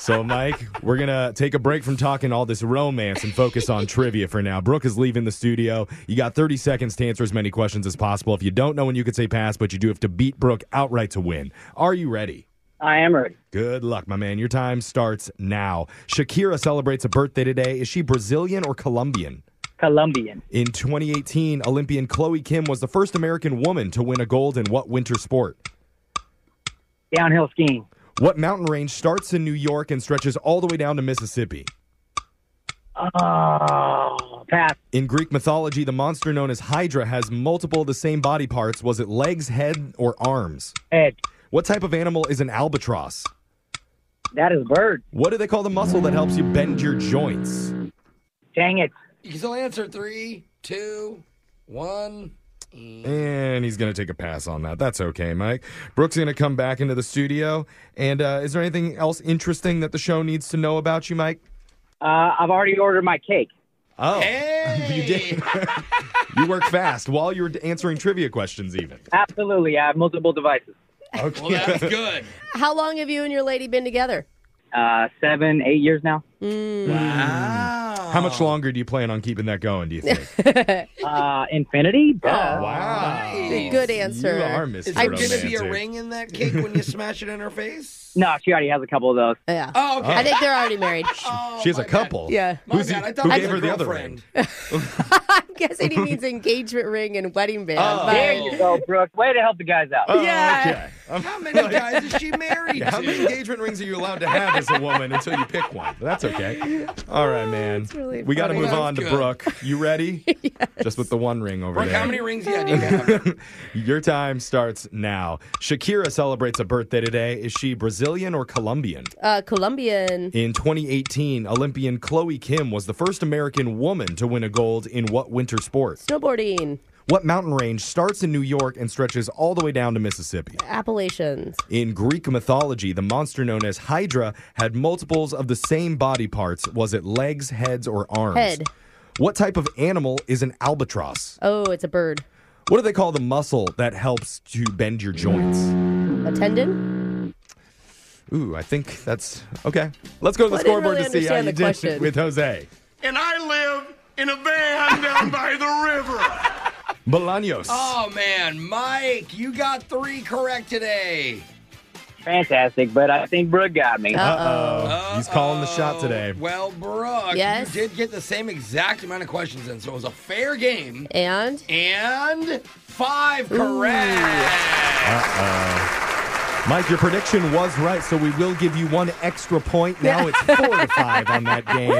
So, Mike, we're going to take a break from talking all this romance and focus on trivia for now. Brooke is leaving the studio. You got 30 seconds to answer as many questions as possible. If you don't know when you can say pass, but you do have to beat Brooke outright to win. Are you ready?
I am ready.
Good luck, my man. Your time starts now. Shakira celebrates a birthday today. Is she Brazilian or Colombian?
Colombian.
In 2018, Olympian Chloe Kim was the first American woman to win a gold in what winter sport?
Downhill skiing.
What mountain range starts in New York and stretches all the way down to Mississippi?
Oh, pass.
In Greek mythology, the monster known as Hydra has multiple of the same body parts. Was it legs, head, or arms?
Head.
What type of animal is an albatross?
That is bird.
What do they call the muscle that helps you bend your joints?
Dang it.
You can still answer three, two, one.
And he's going to take a pass on that. That's okay, Mike. Brooke's going to come back into the studio. And uh, is there anything else interesting that the show needs to know about you, Mike?
Uh, I've already ordered my cake.
Oh, <laughs> you did. you work fast while you were answering trivia questions, even.
Absolutely. I have multiple devices.
Okay.
good.
how long have you and your lady been together?
<laughs>
<laughs>
Uh, seven, eight years now.
Wow. How much longer do you plan on keeping that going, do you think?
<laughs> Uh, infinity?
Oh, wow.
Ah. Good answer.
You are Mr.
Is there going to be
Romantic.
a ring in that cake when you smash it in
<laughs>
her face?
<laughs> No, she already has a couple of those. Oh,
Yeah.
Oh, okay.
I think they're already married.
she has a couple.
Yeah.
My
Who's he-
bad, I thought
who
it was
gave
a
her the other
girlfriend.
ring?
I'm guessing he
<laughs>
means engagement ring and wedding band.
Oh. There you go, Brooke. Way to help the guys out. Oh,
yeah.
<laughs> How many guys is she married
Yeah, how many
to?
engagement rings are you allowed to have as a woman until you pick one? That's okay. All right, man.
really
we got to
funny.
move
That's
on to
good.
Brooke. You
<laughs>
ready? Just with the one ring over
<laughs> Brooke,
there.
how many rings yeah, do you have?
<laughs> Your time starts now. Shakira celebrates a birthday today. Is she Brazilian or Colombian?
Uh, Colombian.
In 2018, Olympian Chloe Kim was the first American woman to win a gold in what winter sport?
Snowboarding.
What mountain range starts in New York and stretches all the way down to Mississippi?
Appalachians.
In Greek mythology, the monster known as Hydra had multiples of the same body parts. Was it legs, heads, or arms?
Head.
What type of animal is an albatross?
Oh, it's a bird.
What do they call the muscle that helps to bend your joints?
A tendon?
Ooh, I think that's okay. Let's go to the
Well, I didn't
scoreboard
really
to see how
understand
you
the
did
question.
with Jose.
And I live in a van down by the
<laughs>
river.
Bolaños.
Oh, man. Mike, you got three correct today.
Fantastic, but I think Brooke got me. <laughs>
Uh-oh. He's calling the shot today.
Well, Brooke,
Yes?
you did get the same exact amount of questions in, so it was a fair game.
And?
And five correct.
Uh-oh. Mike, your prediction was right, so we will give you one extra point. <laughs> Now
<laughs>
it's four to five on that game.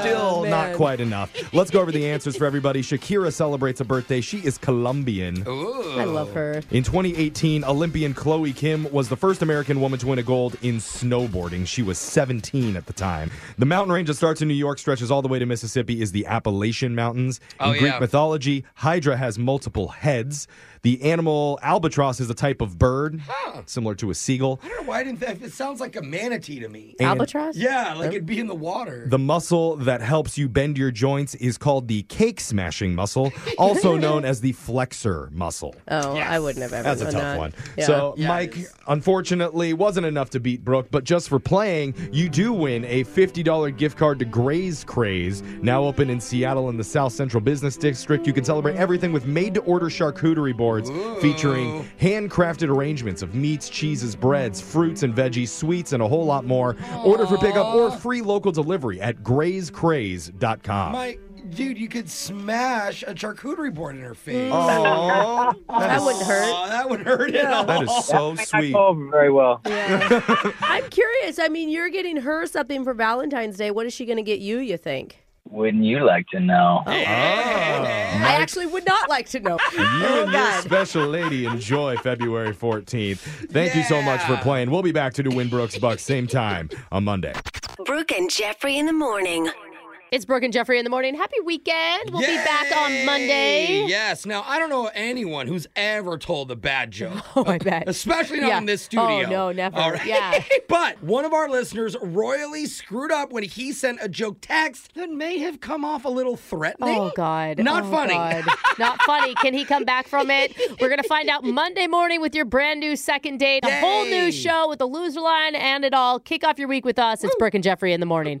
Still not quite enough. Let's go over the answers for everybody. Shakira celebrates a birthday. She is Colombian.
I love her.
In 2018, Olympian Chloe Kim was the first American woman to win a gold in snowboarding. She was 17 at the time. The mountain range that starts in New York, stretches all the way to Mississippi, is the Appalachian Mountains. In
Oh,
Greek
yeah.
mythology, Hydra has multiple heads. The animal albatross is a type of bird, similar to a seagull.
I don't know why I didn't. Th- it sounds like a manatee to me.
And- Albatross?
Yeah, like it'd be in the water.
The muscle that helps you bend your joints is called the cake smashing muscle, also known as the flexor muscle.
Oh, I wouldn't have ever
That's a
known
tough
that.
one.
Yeah.
So, Mike, unfortunately, wasn't enough to beat Brooke, but just for playing, you do win a $50 gift card to Gray's Craze, now open in Seattle in the South Central Business District. You can celebrate everything with made to order charcuterie boards featuring handcrafted arrangements of meats, cheeses, breads, fruits, and veggies, sweets, and a whole lot more. Order for pickup or free local delivery at grayscraze.com.
Mike,
dude, you could smash a charcuterie board in
<laughs>
her
Mm.
face.
Oh.
Aw.
That wouldn't hurt.
Aw, That wouldn't hurt at all.
That is so sweet.
very well.
I'm curious. I mean, you're getting her something for Valentine's Day. What is she going to get you, you think?
Wouldn't you like to know?
I actually would not like to
<laughs>
know. Oh,
You
Oh,
and your special lady enjoy February 14th. Thank you so much for playing. We'll be back to do Winbrooks Bucks same time on Monday.
Brooke and Jeffrey in the morning.
It's Brooke and Jeffrey in the morning. Happy weekend. We'll be back on Monday.
Hey, Yes. Now, I don't know anyone who's ever told a bad joke.
<laughs> Oh, I bet.
Especially not
Yeah.
in this studio.
Oh, no, never.
All right.
Yeah.
<laughs> but one of our listeners royally screwed up when he sent a joke text that may have come off a little threatening.
Oh God!
Not
Oh,
funny. <laughs>
God. Not funny. Can he come back from it? We're gonna find out Monday morning with your brand new second date, a whole new show with the loser line and it all. Kick off your week with us. It's Brooke and Jeffrey in the morning.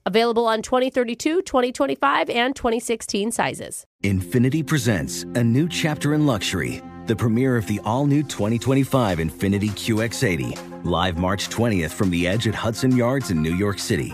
Available on 2032, 2025, and 2016 sizes.
Infinity presents a new chapter in luxury, the premiere of the all new 2025 Infinity QX80, live March 20th from the edge at Hudson Yards in New York City,